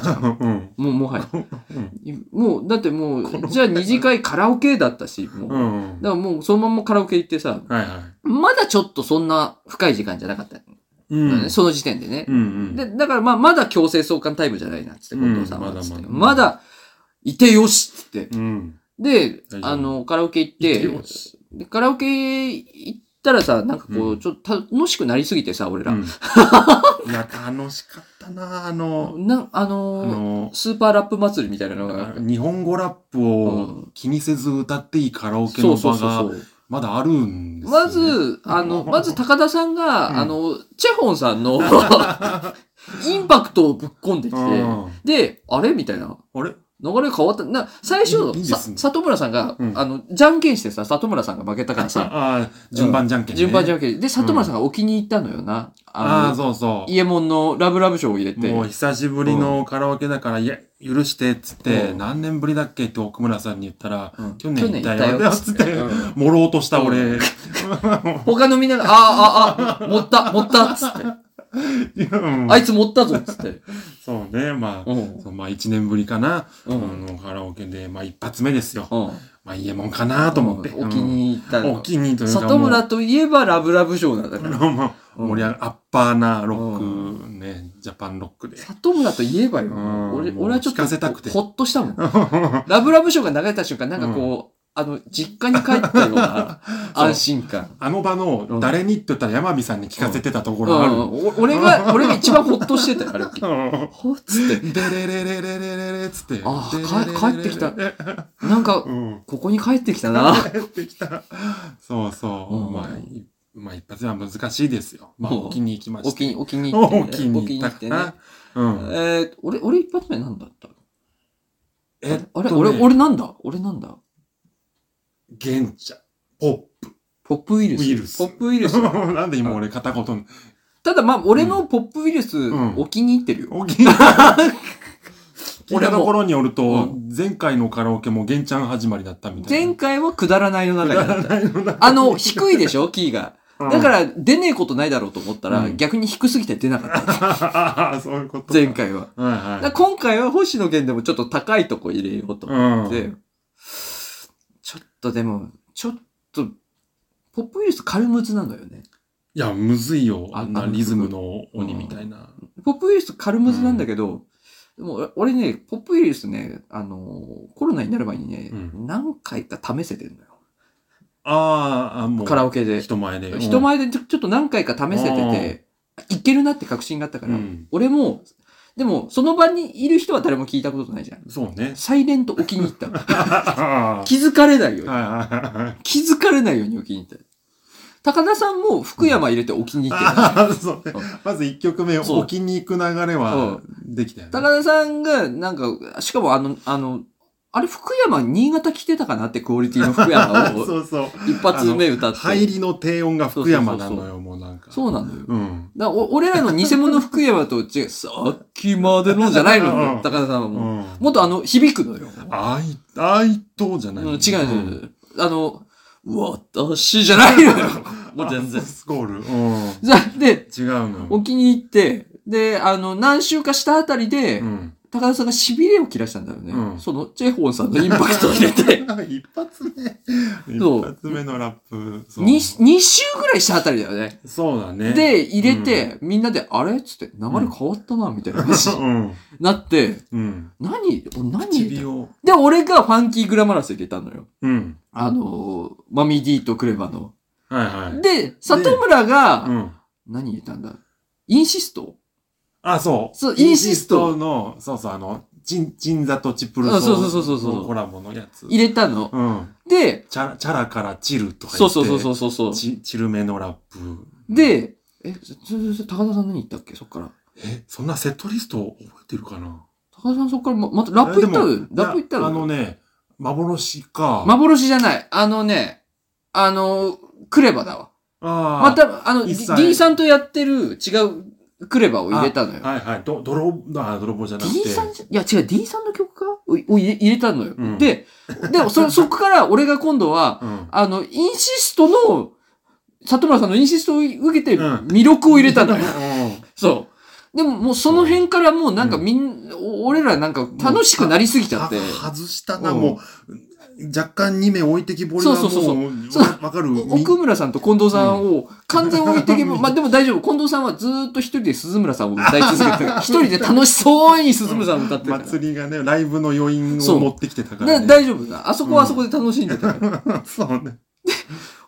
Speaker 1: ん。
Speaker 2: もう、もはや。
Speaker 1: うん
Speaker 2: もう、だっても
Speaker 1: この
Speaker 2: う、
Speaker 1: 回
Speaker 2: じゃあ二次会カラオケだったし、もう。
Speaker 1: う
Speaker 2: だか
Speaker 1: ん。
Speaker 2: らもう、そのまんまカラオケ行ってさ、
Speaker 1: はいはい。
Speaker 2: まだちょっとそんな深い時間じゃなかった、
Speaker 1: うんうん
Speaker 2: その時点でね。
Speaker 1: うん。
Speaker 2: で、だからまあ、まだ強制送還タイムじゃないな、つって、近藤さんは。
Speaker 1: うん
Speaker 2: つっ
Speaker 1: ま
Speaker 2: て
Speaker 1: だま
Speaker 2: ま
Speaker 1: だ
Speaker 2: だ、いてよしっつって。
Speaker 1: うん。
Speaker 2: で
Speaker 1: 大丈、夫
Speaker 2: あの、カラオケ行っ
Speaker 1: いてよ
Speaker 2: て、
Speaker 1: し
Speaker 2: でカラオケ行ったらさ、なんかこ
Speaker 1: う
Speaker 2: う、ちょっと楽しくなりすぎてさ、俺ら。
Speaker 1: いや、楽しかったな、あの、
Speaker 2: な、あ
Speaker 1: あ
Speaker 2: のー
Speaker 1: の、
Speaker 2: スーパーラップ祭りみたいなのが、
Speaker 1: 日本語ラップを気にせず歌っていいカラオケ
Speaker 2: そ
Speaker 1: の
Speaker 2: うそ
Speaker 1: 場
Speaker 2: うそ
Speaker 1: が
Speaker 2: うそう。
Speaker 1: まだあるんですよね
Speaker 2: ま、ず、あの、まず高田さんが、
Speaker 1: うん
Speaker 2: あの、チェホンさ んの、インパクトをぶっ込んでき
Speaker 1: うん
Speaker 2: て、で、あれみたいな。
Speaker 1: あれ
Speaker 2: 流れ変わった。な、最初、
Speaker 1: いいいいんで
Speaker 2: さ
Speaker 1: すね
Speaker 2: 里村さんが、
Speaker 1: うん
Speaker 2: あの、じゃんけんしてさ、里村さんが負けたからさ、
Speaker 1: ああ、順番じゃんけんね。
Speaker 2: 順番じゃ
Speaker 1: ん
Speaker 2: んけん。で、里村さんがお気に入ったのよな。
Speaker 1: あ
Speaker 2: あ
Speaker 1: あ、
Speaker 2: の、
Speaker 1: そうそ
Speaker 2: イエモンのラブラブ賞を入れ
Speaker 1: う。
Speaker 2: て。
Speaker 1: もう久しぶりのカラオケだから、いや、許してっつって、
Speaker 2: うん
Speaker 1: 何年ぶりだっけって奥村さんに言ったら、
Speaker 2: うん
Speaker 1: 去年行った
Speaker 2: 去年行
Speaker 1: よ。
Speaker 2: ったよ
Speaker 1: っ つって
Speaker 2: うん、
Speaker 1: もろうとした俺。
Speaker 2: 他のみんなが、あーあー、あー持った、持った、つって。
Speaker 1: うん
Speaker 2: あいつ持ったぞ、つって。
Speaker 1: そうね、まあ
Speaker 2: う、ん。
Speaker 1: そうまあ1年ぶりかな、
Speaker 2: うん
Speaker 1: あのカラオケで、まあ一発目ですよ。
Speaker 2: うん。
Speaker 1: まあ、イエモンかなと思って。
Speaker 2: お気に入った
Speaker 1: うん
Speaker 2: の
Speaker 1: お気に入りというか
Speaker 2: 里村といえばラブラブ賞なんだから。
Speaker 1: もうもう
Speaker 2: うん
Speaker 1: 盛り上がる、アッパーなロックね、ジャパンロックで。
Speaker 2: 里村といえばよ
Speaker 1: う。ん
Speaker 2: 俺、
Speaker 1: もう
Speaker 2: 俺はちょっと
Speaker 1: 聞かせたくて
Speaker 2: ほっとしたもん。ラブラブ賞が流れた瞬間、なんかこう、あの、実家に帰ったような
Speaker 1: そう
Speaker 2: 安心感。
Speaker 1: あの場の誰にって言ったら山火さんに聞かせてたとこ
Speaker 2: うん
Speaker 1: ろある。
Speaker 2: お俺が、俺が一番ほっとしてたよ、 あれを聞いて。ほっつって。
Speaker 1: でれれれれれれれつって。
Speaker 2: あ
Speaker 1: でれれ
Speaker 2: ーか
Speaker 1: れれれ
Speaker 2: 帰ってきた
Speaker 1: え
Speaker 2: なんか、
Speaker 1: うん。
Speaker 2: ここに帰ってきたな。
Speaker 1: 帰ってきた。そうそう。
Speaker 2: うん
Speaker 1: まあ、いまあ一発目は難しいですよ。まあ、
Speaker 2: うん
Speaker 1: お気に行きました。
Speaker 2: お気に、お気に入って、ね。
Speaker 1: お気に
Speaker 2: お気
Speaker 1: 入
Speaker 2: に
Speaker 1: った
Speaker 2: 入っ
Speaker 1: か
Speaker 2: てね
Speaker 1: な。。う
Speaker 2: え
Speaker 1: ん。
Speaker 2: ー、俺、俺一発目なんだった
Speaker 1: えっ
Speaker 2: あれ、
Speaker 1: とね
Speaker 2: 俺、俺なんだ俺なんだ
Speaker 1: 玄茶。ポ
Speaker 2: ポップウイルス。
Speaker 1: ウイルス
Speaker 2: ポップウ イルス。
Speaker 1: ップ。なんで今俺片言。
Speaker 2: ただまあ、俺のポップウイルス、
Speaker 1: ん
Speaker 2: お気に入ってるよ。
Speaker 1: お気に入った。聞い
Speaker 2: 俺
Speaker 1: た
Speaker 2: も
Speaker 1: ところによる
Speaker 2: う
Speaker 1: と、前回のカラオケも玄ちゃん始まりだったみたい
Speaker 2: 前
Speaker 1: な。
Speaker 2: 回はくだらないの中になった。
Speaker 1: 前
Speaker 2: あの、低いで しょ、キーが。だか、ら、出ねえことないだろうと思ったら、
Speaker 1: うん
Speaker 2: 逆に低すぎて出なかった。
Speaker 1: ら、 そういうこと。
Speaker 2: 前。回は。
Speaker 1: はい
Speaker 2: だ
Speaker 1: は
Speaker 2: から
Speaker 1: い。
Speaker 2: 今回は星野源でもちょっと高いとこ入れようと思
Speaker 1: うん
Speaker 2: って、ちょっとでも、ちょっと、ポップウイルス軽むずなのよね。
Speaker 1: いや、むずいよ。
Speaker 2: あ
Speaker 1: あんなリズムの鬼みたいな。
Speaker 2: ポップウイルス軽むずなんだけど、でも俺ね、ポップウイルスね、あのーコロナになる前にね、
Speaker 1: うん
Speaker 2: 何回か試せてるのよ。
Speaker 1: あーあ、もう。
Speaker 2: カラオケで。
Speaker 1: 人前で。
Speaker 2: 人前でちょちょっと何回か試せてて、いけるなって確信があったから、
Speaker 1: うん
Speaker 2: 俺も、でも、その場にいる人は誰も聞いたことないじゃん。
Speaker 1: そうね。
Speaker 2: サイレント置きに行ったの。
Speaker 1: は
Speaker 2: 気づかれないよう
Speaker 1: い
Speaker 2: に。
Speaker 1: はい はい。
Speaker 2: 気づかれないように置きに行った。高田さんも福山入れて置きに行ってた。
Speaker 1: ああ、そうね
Speaker 2: うん。
Speaker 1: まず一曲目、
Speaker 2: そう
Speaker 1: 置きに行く流れは
Speaker 2: う
Speaker 1: できたよね。
Speaker 2: 高田さんが、なんか、しかもあの、あの、あれ福山、新潟来てたかなってクオリティの福山を、
Speaker 1: そうそう。
Speaker 2: 一発目歌って。
Speaker 1: 入りの低音が福山な
Speaker 2: そう
Speaker 1: のよ、もうなんか。
Speaker 2: そうなのよ。
Speaker 1: うん。
Speaker 2: だお俺らの偽物福山と違う、さっきまでのじゃないの
Speaker 1: う
Speaker 2: よ、
Speaker 1: ん
Speaker 2: 高田さんは
Speaker 1: う
Speaker 2: もう。
Speaker 1: ん。
Speaker 2: もっとあの、響くのよ。
Speaker 1: 愛、愛とじゃ
Speaker 2: う
Speaker 1: ない
Speaker 2: ん違う違う違。う。あの、私じゃないの よ。もう全然。
Speaker 1: スコール。うん。
Speaker 2: じゃあで、
Speaker 1: 違うのよ。
Speaker 2: お気に入って、で、あの、何週かしたあたりで、
Speaker 1: うん。
Speaker 2: 高田さんが痺れを切らしたんだよね。
Speaker 1: うん
Speaker 2: その、チェホンさんのインパクトを入れて、
Speaker 1: 一発目。
Speaker 2: そう
Speaker 1: 一発目のラップ。そう
Speaker 2: に2週ぐらいしたあたりだよね。
Speaker 1: そうだね。
Speaker 2: で、入れて、みんなで、あれっつって、流れ変わったな、みたいな話に
Speaker 1: うん。
Speaker 2: なって、
Speaker 1: うん。
Speaker 2: 何何
Speaker 1: 唇を。
Speaker 2: で、俺がファンキーグラマラス入れたのよ。
Speaker 1: うん。
Speaker 2: あのー、マミディとクレバの。
Speaker 1: はいはい。
Speaker 2: で、里村
Speaker 1: う
Speaker 2: が、
Speaker 1: ん。
Speaker 2: 何入れたんだインシスト
Speaker 1: あ、そう。
Speaker 2: そうインシスト
Speaker 1: インの、そうそう、あの、ジン、ジンザとチプルソ
Speaker 2: あそうそうそうそうそう
Speaker 1: のコラボのやつ。
Speaker 2: 入れたの。
Speaker 1: うん。
Speaker 2: で、
Speaker 1: チャラ、チャラからチルとか。
Speaker 2: そうそうそうそううそうそう。
Speaker 1: チ、チルめのラップ。、
Speaker 2: で、え、そそそ高田さん何言ったっけそっから。
Speaker 1: え、そんなセットリスト覚えてるかな
Speaker 2: 高田さんそっからままたラップ行った
Speaker 1: あで
Speaker 2: のよ
Speaker 1: も
Speaker 2: ラップ行った
Speaker 1: い
Speaker 2: の
Speaker 1: や
Speaker 2: よ
Speaker 1: あのね、幻か。
Speaker 2: 幻じゃない。あのね、あの、クレバだわ。
Speaker 1: ああ。
Speaker 2: ま、た、あの、D
Speaker 1: 一切
Speaker 2: さんとやってる違うクレバを入れたのよ。
Speaker 1: はいはい。ど、泥、あ、泥棒じゃなくて。
Speaker 2: D さんじゃ、いや違う、D さんの曲かをを入れ入れたのよ。
Speaker 1: うん
Speaker 2: で、で、そ、そこから俺が今度は、
Speaker 1: うん。
Speaker 2: あの、インシストの、里村さんのインシストを受けて
Speaker 1: うん
Speaker 2: 魅力を入れたのよ。
Speaker 1: う
Speaker 2: そう。でももうその辺からもうなんかみん、お俺らなんか楽しくなりすぎち
Speaker 1: ん。
Speaker 2: ゃって。
Speaker 1: は外したな、
Speaker 2: うん
Speaker 1: もう、若干2名置いてきぼりがも
Speaker 2: そうそうそうそう
Speaker 1: わわかる。み
Speaker 2: 奥村さんと近藤さんを完全置いていけば、まあでも大丈夫。近藤さんはずーっと一人で鈴村さんを歌い続けてる、 一人で楽しそうに鈴村さんを歌ってるから。
Speaker 1: 祭りがね、ライブの余韻を持ってきてたから、
Speaker 2: だ
Speaker 1: ね。
Speaker 2: 大丈夫だ。あそこはあそこで楽しんでた か ら。
Speaker 1: そうね。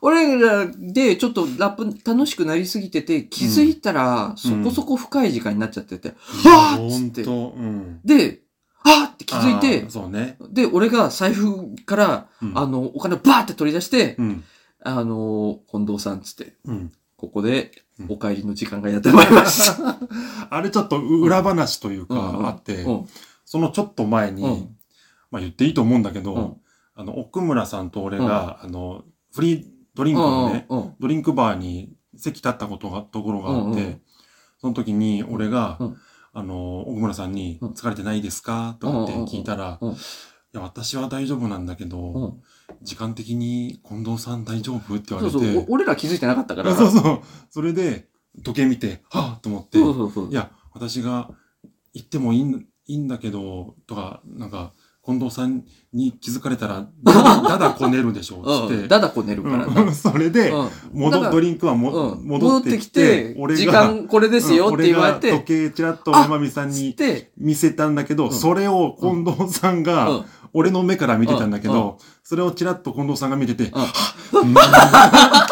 Speaker 2: 俺らでちょっとラップ楽しくなりすぎてて、気づいたらそこそこ深い時間になっちゃってて。はぁっつ
Speaker 1: 本
Speaker 2: って
Speaker 1: 当、うん。
Speaker 2: で、はぁって気づいて
Speaker 1: あー、そうね。
Speaker 2: で、俺が財布から、
Speaker 1: うん
Speaker 2: あの、お金をバーって取り出して、
Speaker 1: うん。
Speaker 2: あの、近藤さんつって、
Speaker 1: うん。
Speaker 2: ここで
Speaker 1: うん
Speaker 2: お帰りの時間がやってまいりました。
Speaker 1: あれちょっと裏話という
Speaker 2: うん
Speaker 1: かあって、
Speaker 2: うん
Speaker 1: そのちょっと前に、
Speaker 2: うん
Speaker 1: まあ言っていいと思うんだけど、
Speaker 2: うん
Speaker 1: あの、奥村さんと俺が、あの、フリードリンクのね、
Speaker 2: うんうん
Speaker 1: ドリンクバーに席立ったことが、ところがあって、
Speaker 2: うんうん
Speaker 1: その時に俺が、
Speaker 2: うん
Speaker 1: あの、奥村さんに、
Speaker 2: うん
Speaker 1: 疲れてないですかとかって聞いたら、
Speaker 2: うんうんうんうん
Speaker 1: いや、私は大丈夫なんだけど、
Speaker 2: うんうん
Speaker 1: 時間的に近藤さん大丈夫って言わ
Speaker 2: そう
Speaker 1: れて、
Speaker 2: そう、お俺ら気づいてなかったから。
Speaker 1: あ そうそう。それで、時計見て、はぁと思って、
Speaker 2: そうそうそう
Speaker 1: いや、私が行ってもいいんいいんだけど、とか、なんか、近藤さんに気づかれたら、だだ だこねるでしょう、つ
Speaker 2: う
Speaker 1: っ
Speaker 2: ん、
Speaker 1: て。
Speaker 2: だだこねるからな。
Speaker 1: うんそれで、
Speaker 2: うんだから
Speaker 1: 戻ドリンクはも、
Speaker 2: うん
Speaker 1: 戻ってきて、
Speaker 2: 戻ってきて時間これですよって言われ
Speaker 1: うん
Speaker 2: て
Speaker 1: 俺が時、計ちらっとおまみさん
Speaker 2: つっ
Speaker 1: に
Speaker 2: て、
Speaker 1: 見せたんだけど、
Speaker 2: ん
Speaker 1: それを近藤さん
Speaker 2: う
Speaker 1: が、
Speaker 2: ん
Speaker 1: 俺の目から見てたんだけど、それをちらっと近藤さんが見てて、
Speaker 2: うん
Speaker 1: はっうんは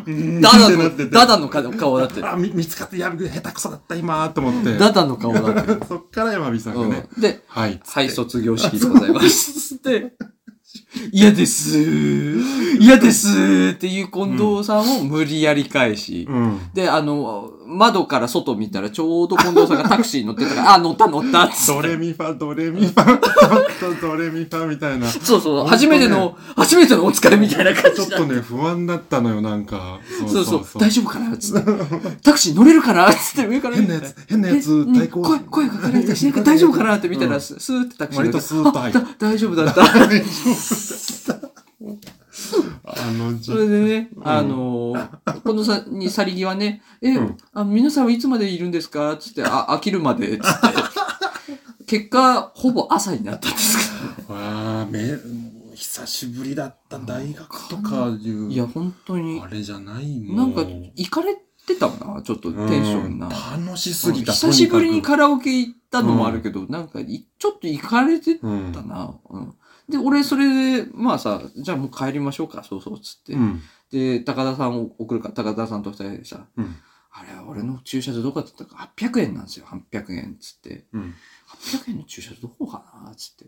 Speaker 1: っ うん
Speaker 2: ダダ
Speaker 1: ってなってて
Speaker 2: の、ダダの顔 顔だって。
Speaker 1: あ、み見つかって、やべ、下手くそだった、今、と思って。
Speaker 2: ダダの顔だって。
Speaker 1: そっから山火さんがね、
Speaker 2: うんで、
Speaker 1: はい。
Speaker 2: はい、卒業式でございます。で、嫌ですー嫌ですーっていう近藤さんを無理やり返し、
Speaker 1: うん。
Speaker 2: で、あの、窓から外見たらちょうど近藤さんがタクシーに乗ってたから、あ、乗った乗ったっつっ
Speaker 1: ド
Speaker 2: て。
Speaker 1: レミファ、ドレミフ ァ、ちょっとドレミファみたいな。ち
Speaker 2: そうそう、
Speaker 1: 本当ね
Speaker 2: 初めての、初めてのお使いみたいな感
Speaker 1: ょ
Speaker 2: じ
Speaker 1: っ
Speaker 2: だ
Speaker 1: とね、不安だったのよ、なんか。
Speaker 2: そうそう大丈夫かなつって。タクシー乗れるかなつって上から見
Speaker 1: 変
Speaker 2: て
Speaker 1: なやつ、変な
Speaker 2: え
Speaker 1: やつ、対抗。
Speaker 2: うん声、声かかられたりしないから大丈夫かなって見た
Speaker 1: う
Speaker 2: ら、
Speaker 1: ん
Speaker 2: ススーってタクシー
Speaker 1: 割
Speaker 2: が
Speaker 1: とスーッと入る
Speaker 2: だ。大丈夫だった。
Speaker 1: あの、じ
Speaker 2: それでね、
Speaker 1: ん
Speaker 2: あのー、近藤さんに去り際ね、え
Speaker 1: うん、
Speaker 2: あ皆さんはいつまでいるんですかつって、あ、飽きる まで、つって。結果、ほぼ朝になったんですか
Speaker 1: わあ、め、久しぶりだった大学とかいう。
Speaker 2: ら。いや、本当に
Speaker 1: あ、れじゃないも
Speaker 2: なんか、行かれてたな、ちょっとテンションな。
Speaker 1: うん楽しすぎた。
Speaker 2: 久しぶりに
Speaker 1: と
Speaker 2: カラオケ行ったのもあるけど、なんかい、ちょっと行かれて
Speaker 1: に
Speaker 2: た
Speaker 1: かく
Speaker 2: な。うん。で、俺、それで、まあさ、じゃあもう帰りましょうか、そうそう、つって。
Speaker 1: うん。うん。
Speaker 2: で、高田さんを送るから、高田さんと二人でさ、
Speaker 1: うん
Speaker 2: あれ、俺の駐車場どこだったか、800円なんですよ、800円、つって。
Speaker 1: うん。
Speaker 2: 800円の駐車場どこかな、つって。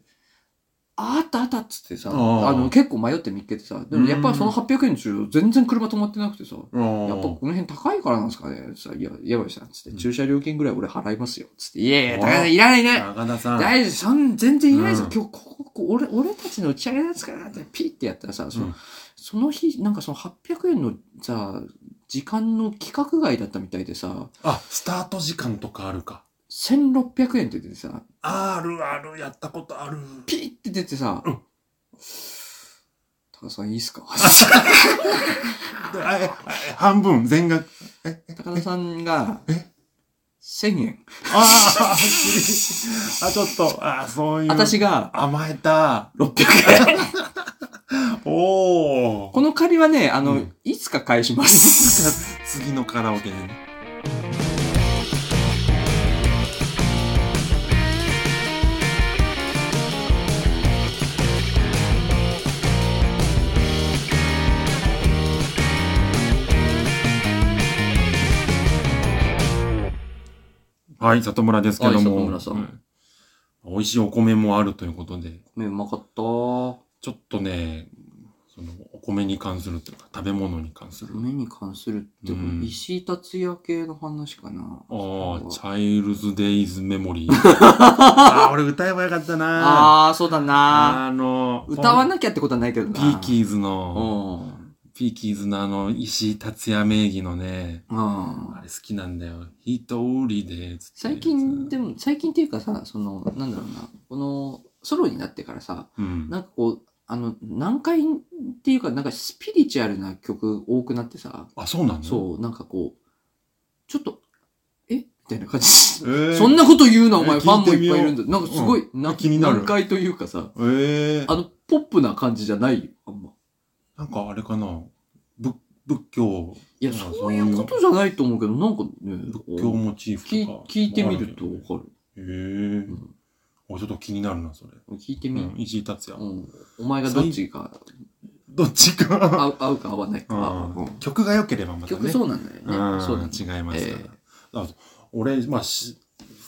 Speaker 2: あったあったっつってさ、
Speaker 1: あー
Speaker 2: あの、結構迷って見っけてさ、でもやっぱりその800円の駐車場全然車止まってなくてさ、
Speaker 1: あー
Speaker 2: やっぱこの辺高いからなんですかねさ、いや、やばいさ、つって、
Speaker 1: うん
Speaker 2: 駐車料金ぐらい俺払いますよ、つって、いやいや、
Speaker 1: おー
Speaker 2: 高田さんいらないいらない
Speaker 1: 高田さん。
Speaker 2: 大丈夫、そん、全然いらないですよ
Speaker 1: う、ん
Speaker 2: 今日、ここ、ここ俺、俺たちの打ち上げなんですから、ってピッてやったらさ、その
Speaker 1: うん
Speaker 2: その日、なんかその800円のさ、時間の規格外だったみたいでさ、
Speaker 1: あ、スタート時間とかあるか。
Speaker 2: 1600円って出てさ、
Speaker 1: あるある、やったこと ある。
Speaker 2: ピーって出てさ、
Speaker 1: うん
Speaker 2: 高田さんいいっすか
Speaker 1: あええ半分、全額。
Speaker 2: 高田さんが
Speaker 1: え、
Speaker 2: 1000円。
Speaker 1: ああ、あ、ちょっと、あそういう。
Speaker 2: 私が
Speaker 1: 甘えた。
Speaker 2: 600円。
Speaker 1: お
Speaker 2: こ
Speaker 1: の
Speaker 2: の借りはね、あの、
Speaker 1: うん
Speaker 2: いつか返します。
Speaker 1: 次のカラオケでね。はい、里村ですけど
Speaker 2: はい
Speaker 1: も。
Speaker 2: 里村さん
Speaker 1: うん美味しいお米もあるということで、
Speaker 2: ご めんうまかった。
Speaker 1: ちょっとね、そのお米に関するというか、食べ物に関する。
Speaker 2: 目に関するって、
Speaker 1: うん
Speaker 2: 石井達也系の話かな。
Speaker 1: ああ、チ
Speaker 2: そう
Speaker 1: ャイルズ・デイズ・メモリー。 ああ、俺歌えばよかったな
Speaker 2: あー、そうだな。
Speaker 1: あの、
Speaker 2: 歌わ
Speaker 1: い。
Speaker 2: なきゃってことはないけどな。
Speaker 1: ピーキーズの、
Speaker 2: うん。
Speaker 1: ピーキーズのあの、石井達也名義のね、
Speaker 2: うん
Speaker 1: あれ好きなんだよ。一人で、つって
Speaker 2: 最近、でも、最近っていうかさ、その、なんだろうな、この、ソロになってからさ、
Speaker 1: うん。
Speaker 2: なんかこう、あの、難解っていうか、なんかスピリチュアルな曲多くなってさ、
Speaker 1: あ、そうなのう。
Speaker 2: そう、なんかこう、ちょっと、えみたいな感じ。
Speaker 1: えー、
Speaker 2: そんなこと言うな、お前、
Speaker 1: えー
Speaker 2: ファンも
Speaker 1: 聞いて
Speaker 2: い
Speaker 1: み
Speaker 2: っ
Speaker 1: よ
Speaker 2: ぱ
Speaker 1: う
Speaker 2: いいるんだ。なんかすごい、な
Speaker 1: 気になる
Speaker 2: 難解というかさ、
Speaker 1: えー、
Speaker 2: あの、ポップな感じじゃないよ、あんま。
Speaker 1: なんかあれかな。仏、仏教、
Speaker 2: いや、
Speaker 1: あ
Speaker 2: そういうことじゃないと思うけど、なんかね、
Speaker 1: 仏教モチーフ
Speaker 2: 聞い
Speaker 1: とか。
Speaker 2: 聞いてみると
Speaker 1: へ
Speaker 2: わかる。
Speaker 1: え
Speaker 2: う
Speaker 1: ー。
Speaker 2: ん
Speaker 1: お、ちょっと気になるな、それ。
Speaker 2: 聞いて
Speaker 1: う
Speaker 2: み、
Speaker 1: ん、石井達
Speaker 2: う
Speaker 1: 也。
Speaker 2: ん、お前がどっちが
Speaker 1: どっちか。
Speaker 2: 合う合うか合わないか、
Speaker 1: う
Speaker 2: うん
Speaker 1: ん曲が良ければまたね。
Speaker 2: 曲そうなんだよ
Speaker 1: うん
Speaker 2: ね。そうなんだ
Speaker 1: 違いますから。
Speaker 2: ええ
Speaker 1: あ俺、まあし、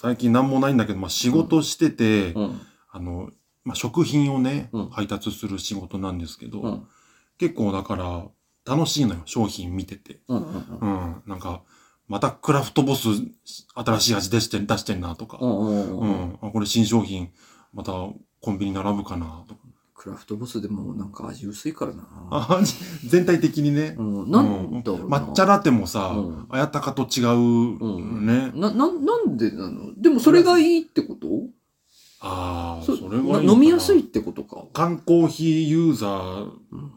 Speaker 1: 最近なんもないんだけど、まあ、仕事してて、
Speaker 2: うん
Speaker 1: あの、まあ、食品をね、
Speaker 2: うん
Speaker 1: 配達する仕事なんですけど、
Speaker 2: うん
Speaker 1: 結構だから、楽しいのよ、商品見てて。
Speaker 2: うんうん
Speaker 1: うん。なんか、またクラフトボス、新しい味出して、出してんなとか。
Speaker 2: うんうん
Speaker 1: う
Speaker 2: うん
Speaker 1: ん。あ、これ新商品、またコンビニ並ぶかなとか。
Speaker 2: クラフトボスでもなんか味薄いからな。
Speaker 1: あ 全体的にね
Speaker 2: う。んなんだろうな。
Speaker 1: 抹茶ラテもさ、
Speaker 2: うん
Speaker 1: あやたかと違う、
Speaker 2: うん
Speaker 1: ね。
Speaker 2: な、な、なんでなのでもそれがいいってこと
Speaker 1: ああ、そ
Speaker 2: そ
Speaker 1: れがいい
Speaker 2: な飲みやすいっ
Speaker 1: か
Speaker 2: てことか。
Speaker 1: な。缶コーヒーユーザー
Speaker 2: うん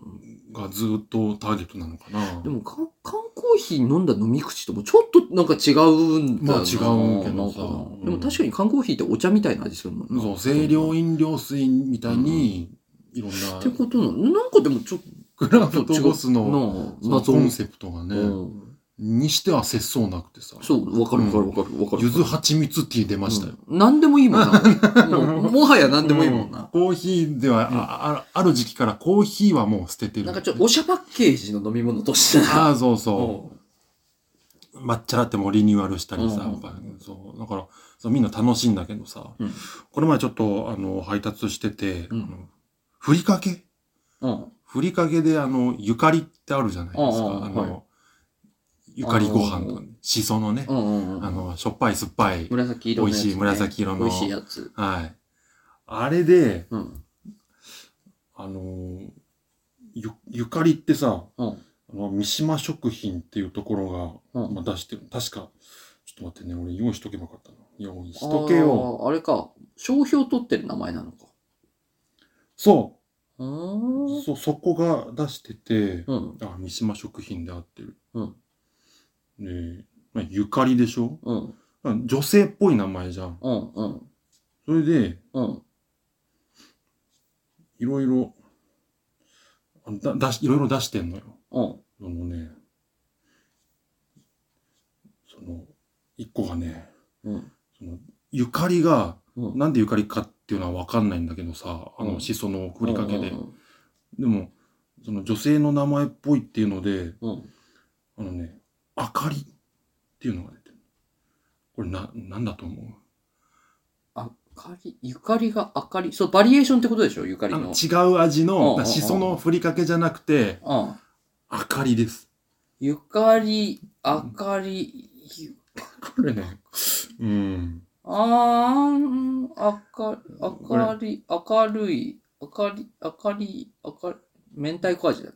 Speaker 1: がずっとターゲットなのかな
Speaker 2: で。もか、缶コーヒー飲んだ飲み口ともちょっとなんか違うんだ
Speaker 1: まあ
Speaker 2: よな。
Speaker 1: 違うけどさ
Speaker 2: なんか
Speaker 1: うん
Speaker 2: でも確かに缶コーヒーってお茶みたいな味するもんな
Speaker 1: そう、清涼飲料水みたいに、いろんな
Speaker 2: って、ことなのなんかでもちょっ
Speaker 1: クラフ
Speaker 2: と
Speaker 1: トボスの
Speaker 2: の
Speaker 1: その
Speaker 2: 謎
Speaker 1: コンセプトが
Speaker 2: う
Speaker 1: ね、
Speaker 2: ん
Speaker 1: にしては節操なくてさ。
Speaker 2: そう、わかるわかるわかるわかる。
Speaker 1: ゆず蜂蜜ティー出ましたよ。
Speaker 2: うん何でもいいも んな。もうもはや何でもいいもんな。
Speaker 1: コーヒーでは、
Speaker 2: うん
Speaker 1: ああある時期からコーヒーはもう捨ててる。
Speaker 2: なんかちょっとおしゃパッケージの飲み物としてな。
Speaker 1: ああ、そうそう。
Speaker 2: も
Speaker 1: 抹茶ラテもリニューアルしたりさ、
Speaker 2: うん
Speaker 1: やっぱそう。だからそう、みんな楽しいんだけどさ、
Speaker 2: うん
Speaker 1: この前ちょっと、あの、配達してて、
Speaker 2: うん
Speaker 1: あのふりかけ
Speaker 2: ううん。
Speaker 1: ふりかけで、あの、ゆかりってあるじゃないですか。
Speaker 2: うんうん
Speaker 1: あ
Speaker 2: は
Speaker 1: の、ゆかりご飯とかね、しそのね、
Speaker 2: うんうんうん。
Speaker 1: あの、しょっぱい酸っぱい、
Speaker 2: 紫色のやつ、
Speaker 1: 美
Speaker 2: ね。
Speaker 1: 味しい紫色の
Speaker 2: 美味しいやつ。
Speaker 1: はい。あれで、
Speaker 2: うん。
Speaker 1: あの、ゆ、ゆかりってさ、
Speaker 2: うん。
Speaker 1: あの三島食品っていうところ
Speaker 2: う
Speaker 1: が、ま
Speaker 2: ん。
Speaker 1: あ、出してる。確か、ちょっと待ってね、俺用意しとけばよかったな。用意しとけよ。
Speaker 2: あー。あれか。商標取ってる名前なのか。
Speaker 1: そう
Speaker 2: ーん。
Speaker 1: う、そ、そこが出してて、
Speaker 2: うん。
Speaker 1: あ、三島食品で合ってる。
Speaker 2: うん。
Speaker 1: ねえまあ、ゆかりでしょ
Speaker 2: うん。
Speaker 1: まあ女性っぽい名前じゃん。
Speaker 2: うん。うん。
Speaker 1: それで、
Speaker 2: うん。
Speaker 1: いろいろ、あだ、だし、いろいろ出してんのよ。
Speaker 2: うん。
Speaker 1: あのね、その、一個がね、
Speaker 2: うん。
Speaker 1: その、ゆかりが、
Speaker 2: うん。
Speaker 1: なんでゆかりかっていうのはわかんないんだけどさ、あ
Speaker 2: う
Speaker 1: の、
Speaker 2: ん
Speaker 1: しそのふりかけで
Speaker 2: う。ん
Speaker 1: でも、その女性の名前っぽいっていうので、
Speaker 2: うんうん。
Speaker 1: あのね、あかりっていうのが出てる。これな、なんだと思う
Speaker 2: あかり、ゆかりがあかり。そう、バリエーションってことでしょゆかり
Speaker 1: あ
Speaker 2: の。
Speaker 1: の違う味
Speaker 2: うんうんう
Speaker 1: の、
Speaker 2: ん
Speaker 1: しそのふりかけじゃなくて、
Speaker 2: うん。
Speaker 1: あかりです。
Speaker 2: ゆかり、あかり、ゆ
Speaker 1: これね、うん。
Speaker 2: あーん、あか、あ
Speaker 1: これ
Speaker 2: かり、明るい、あかり、あかり、あかり、明太子味だな。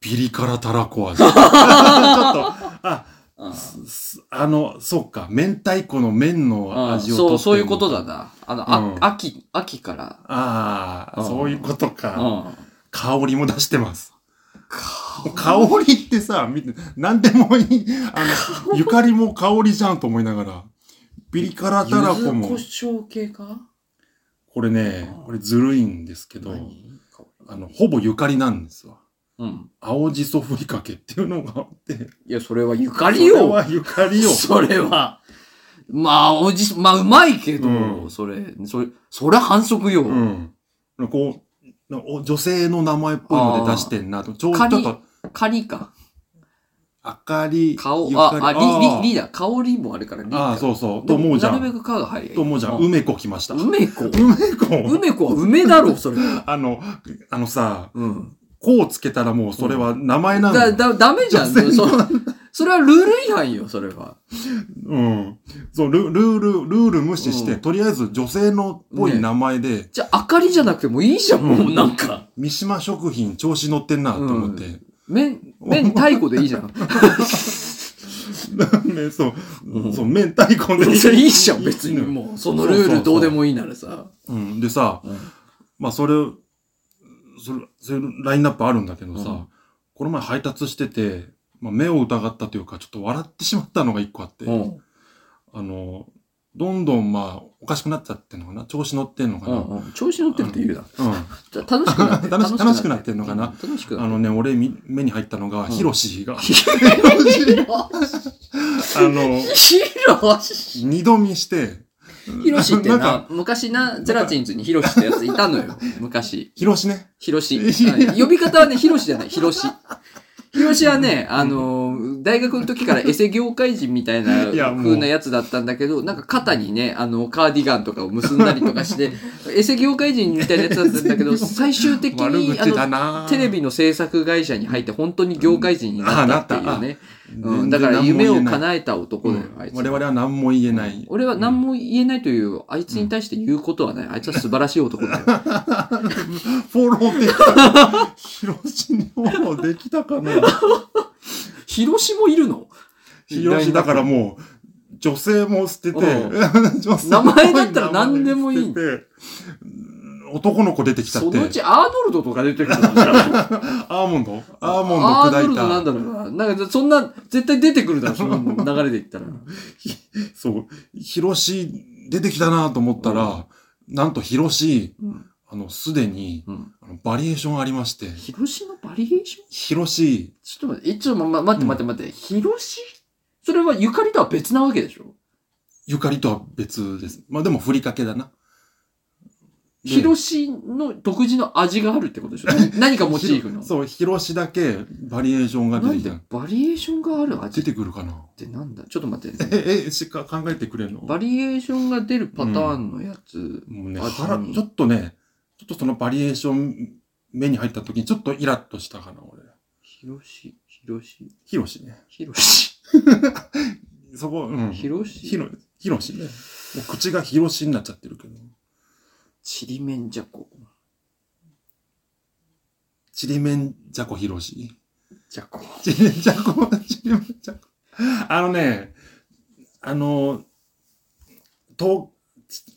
Speaker 1: ピリ辛たら こ味。ちょっと、あ、
Speaker 2: うん
Speaker 1: すすあの、そうか、明太子の麺の
Speaker 2: うん
Speaker 1: 味を
Speaker 2: そう、そういう
Speaker 1: 取
Speaker 2: こ
Speaker 1: って
Speaker 2: と
Speaker 1: んの
Speaker 2: だ。な。あの、あ
Speaker 1: うん
Speaker 2: 秋、秋から。
Speaker 1: ああ、
Speaker 2: うん
Speaker 1: そういうこと
Speaker 2: う
Speaker 1: か。
Speaker 2: ん。
Speaker 1: 香りも出してます。
Speaker 2: か
Speaker 1: 香りってさ、見て、なんでもいい。あの、ゆかりも香りじゃんと思いながら。ピリ辛たらこ
Speaker 2: 柚子胡
Speaker 1: も。
Speaker 2: 椒系か
Speaker 1: これね
Speaker 2: うん、
Speaker 1: これずるいんですけど、
Speaker 2: 何
Speaker 1: あの、ほぼゆかりなんですわ。
Speaker 2: うん。
Speaker 1: 青じそふりかけっていうのがあって。
Speaker 2: いや、それはゆか
Speaker 1: そ
Speaker 2: り
Speaker 1: れ
Speaker 2: よ
Speaker 1: はゆかりよ。
Speaker 2: それは。まあ、おじす、まあ、うまいけど、
Speaker 1: うん
Speaker 2: それ、それ、それ反則よ。
Speaker 1: うん。こう、お女性の名前っぽいので出してんなと。ちょう
Speaker 2: か
Speaker 1: ちょ
Speaker 2: り
Speaker 1: っと、
Speaker 2: カニか。
Speaker 1: あかり、
Speaker 2: 顔
Speaker 1: ゆ、かり
Speaker 2: あ、あ、リ、リ、リーダー。香りもあるから、リーダー。
Speaker 1: ああ、そうそう。と思うじゃ
Speaker 2: なる
Speaker 1: ん。
Speaker 2: べく皮が入る。
Speaker 1: と思うじゃん。梅子来ました。
Speaker 2: 梅子。
Speaker 1: 梅子
Speaker 2: 梅子は梅だろ、それ。
Speaker 1: あの、あのさ、
Speaker 2: うん。
Speaker 1: こうつけたらもうそれは名前なの。
Speaker 2: だ、だ、ダメじゃん。
Speaker 1: 女性
Speaker 2: そそれはルール違反よ、それは。
Speaker 1: うん。そう、ルルール、ルール無視して、
Speaker 2: うん
Speaker 1: とりあえず女性のっぽい名前で、
Speaker 2: じゃあ、明かりじゃなくてもいいじゃん、も
Speaker 1: う
Speaker 2: う、なんか。
Speaker 1: 三島食品調子乗ってんなと思って。
Speaker 2: 麺、麺太鼓でいいじゃん。
Speaker 1: ね、そう、
Speaker 2: うん
Speaker 1: そう、明太子で。
Speaker 2: それいいじゃん、別に。もう。そのルールどうでもいいならさ。
Speaker 1: うん。でさ、
Speaker 2: うん
Speaker 1: まあ、それ、それ、そういうラインナップあるんだけどさ、
Speaker 2: うん
Speaker 1: この前配達してて、まあ、目を疑ったというか、ちょっと笑ってしまったのが一個あって、
Speaker 2: うん。
Speaker 1: あの、どんどんまあ、おかしくなっちゃってんのかな調子乗ってんのか
Speaker 2: う
Speaker 1: な、
Speaker 2: んうん調子乗ってるって言うな。
Speaker 1: うん
Speaker 2: じゃあ楽しくなって
Speaker 1: 楽し楽しくなってんのかな
Speaker 2: うん楽しく
Speaker 1: あ
Speaker 2: なって
Speaker 1: のね、俺み、目に入ったのが、
Speaker 2: ん
Speaker 1: ヒロシが、
Speaker 2: る。
Speaker 1: あの、
Speaker 2: ヒロシ
Speaker 1: 二度見して、
Speaker 2: ヒロシって
Speaker 1: な
Speaker 2: な、
Speaker 1: んか
Speaker 2: 昔な、ゼラチンズにヒロシってやついた のよ。昔。
Speaker 1: ヒロシね。
Speaker 2: ヒロシ。
Speaker 1: いや
Speaker 2: はい呼び方はね、ヒロシじゃない、ヒロシ。ヒロシはね、あのー大学の時からエセ業界人みた いない
Speaker 1: やもう
Speaker 2: 風なやつだったんだけど、なんか肩にね、あの、カーディガンとかを結んだりとかして、エセ業界人みたいなやつだったんだ けど、最終的
Speaker 1: 悪
Speaker 2: に、あ
Speaker 1: 口だ
Speaker 2: の、
Speaker 1: なぁ
Speaker 2: テレビの制作会社に入って本当に業界人になったっていうね。うん、だから夢を叶えた男だよ、あいつ。
Speaker 1: 我々は何も言えない。
Speaker 2: 俺は何も言えないという、あいつに対して言うことはない。あいつは素晴らしい男だよ。
Speaker 1: フォローできた。ヒロシにフォローできたか な
Speaker 2: 広島いるの
Speaker 1: ヒロシだからもう、女性も捨てて、
Speaker 2: う
Speaker 1: 女性
Speaker 2: 名前だったら何でもいい
Speaker 1: 名前捨てて男の子出てきちゃ
Speaker 2: そ
Speaker 1: って
Speaker 2: のう。ちアーノルドとか出てくるのじゃあ
Speaker 1: アーモンド アーモ
Speaker 2: ア
Speaker 1: ン
Speaker 2: ーノ
Speaker 1: ド
Speaker 2: ルド
Speaker 1: 砕
Speaker 2: なん
Speaker 1: いた。
Speaker 2: だろうな。なんかそんな、絶対出てくるだ ろ、その流れでいったら。
Speaker 1: そう。ヒロシ出てきたなと思ったら、なんとヒロシ、
Speaker 2: うん
Speaker 1: あの、すでに、
Speaker 2: うん
Speaker 1: あのバリエーションありまして、
Speaker 2: 広島ババリエーション
Speaker 1: 広し、
Speaker 2: ちょっと待って、えちょっと、ま、待って待って待って、広しそれはゆかりとは別なわけでしょ
Speaker 1: ゆかりとは別です。まあでも、ふりかけだな。で
Speaker 2: 広しの独自の味があるってことでしょ な何かモチーフの。
Speaker 1: そう、広しだけバリエーションが
Speaker 2: な
Speaker 1: 出て
Speaker 2: ん
Speaker 1: き
Speaker 2: で
Speaker 1: た。
Speaker 2: バリエーションがある味
Speaker 1: 出
Speaker 2: って
Speaker 1: くるかな。
Speaker 2: てなんだちょっと 待って、ね。
Speaker 1: え、え、しか考えてくれんの
Speaker 2: バリエーションが出るパターンのやつ。
Speaker 1: もうね、
Speaker 2: あ
Speaker 1: 腹、
Speaker 2: うん
Speaker 1: ちょっとね、ちょっとそのバリエーション目に入った時にちょっとイラッとしたかな、俺。
Speaker 2: 広し、広し、
Speaker 1: ヒロシね。
Speaker 2: 広し、
Speaker 1: そこ、うん。ヒロ
Speaker 2: 広し、
Speaker 1: ヒロシね。もう口がヒロシになっちゃってるけど。
Speaker 2: ちりめんじゃこ。
Speaker 1: ちりめんじゃこヒロシ。
Speaker 2: じゃこ。
Speaker 1: ちりめんじゃこ、ちりめんじゃこ。あのね、あの、と、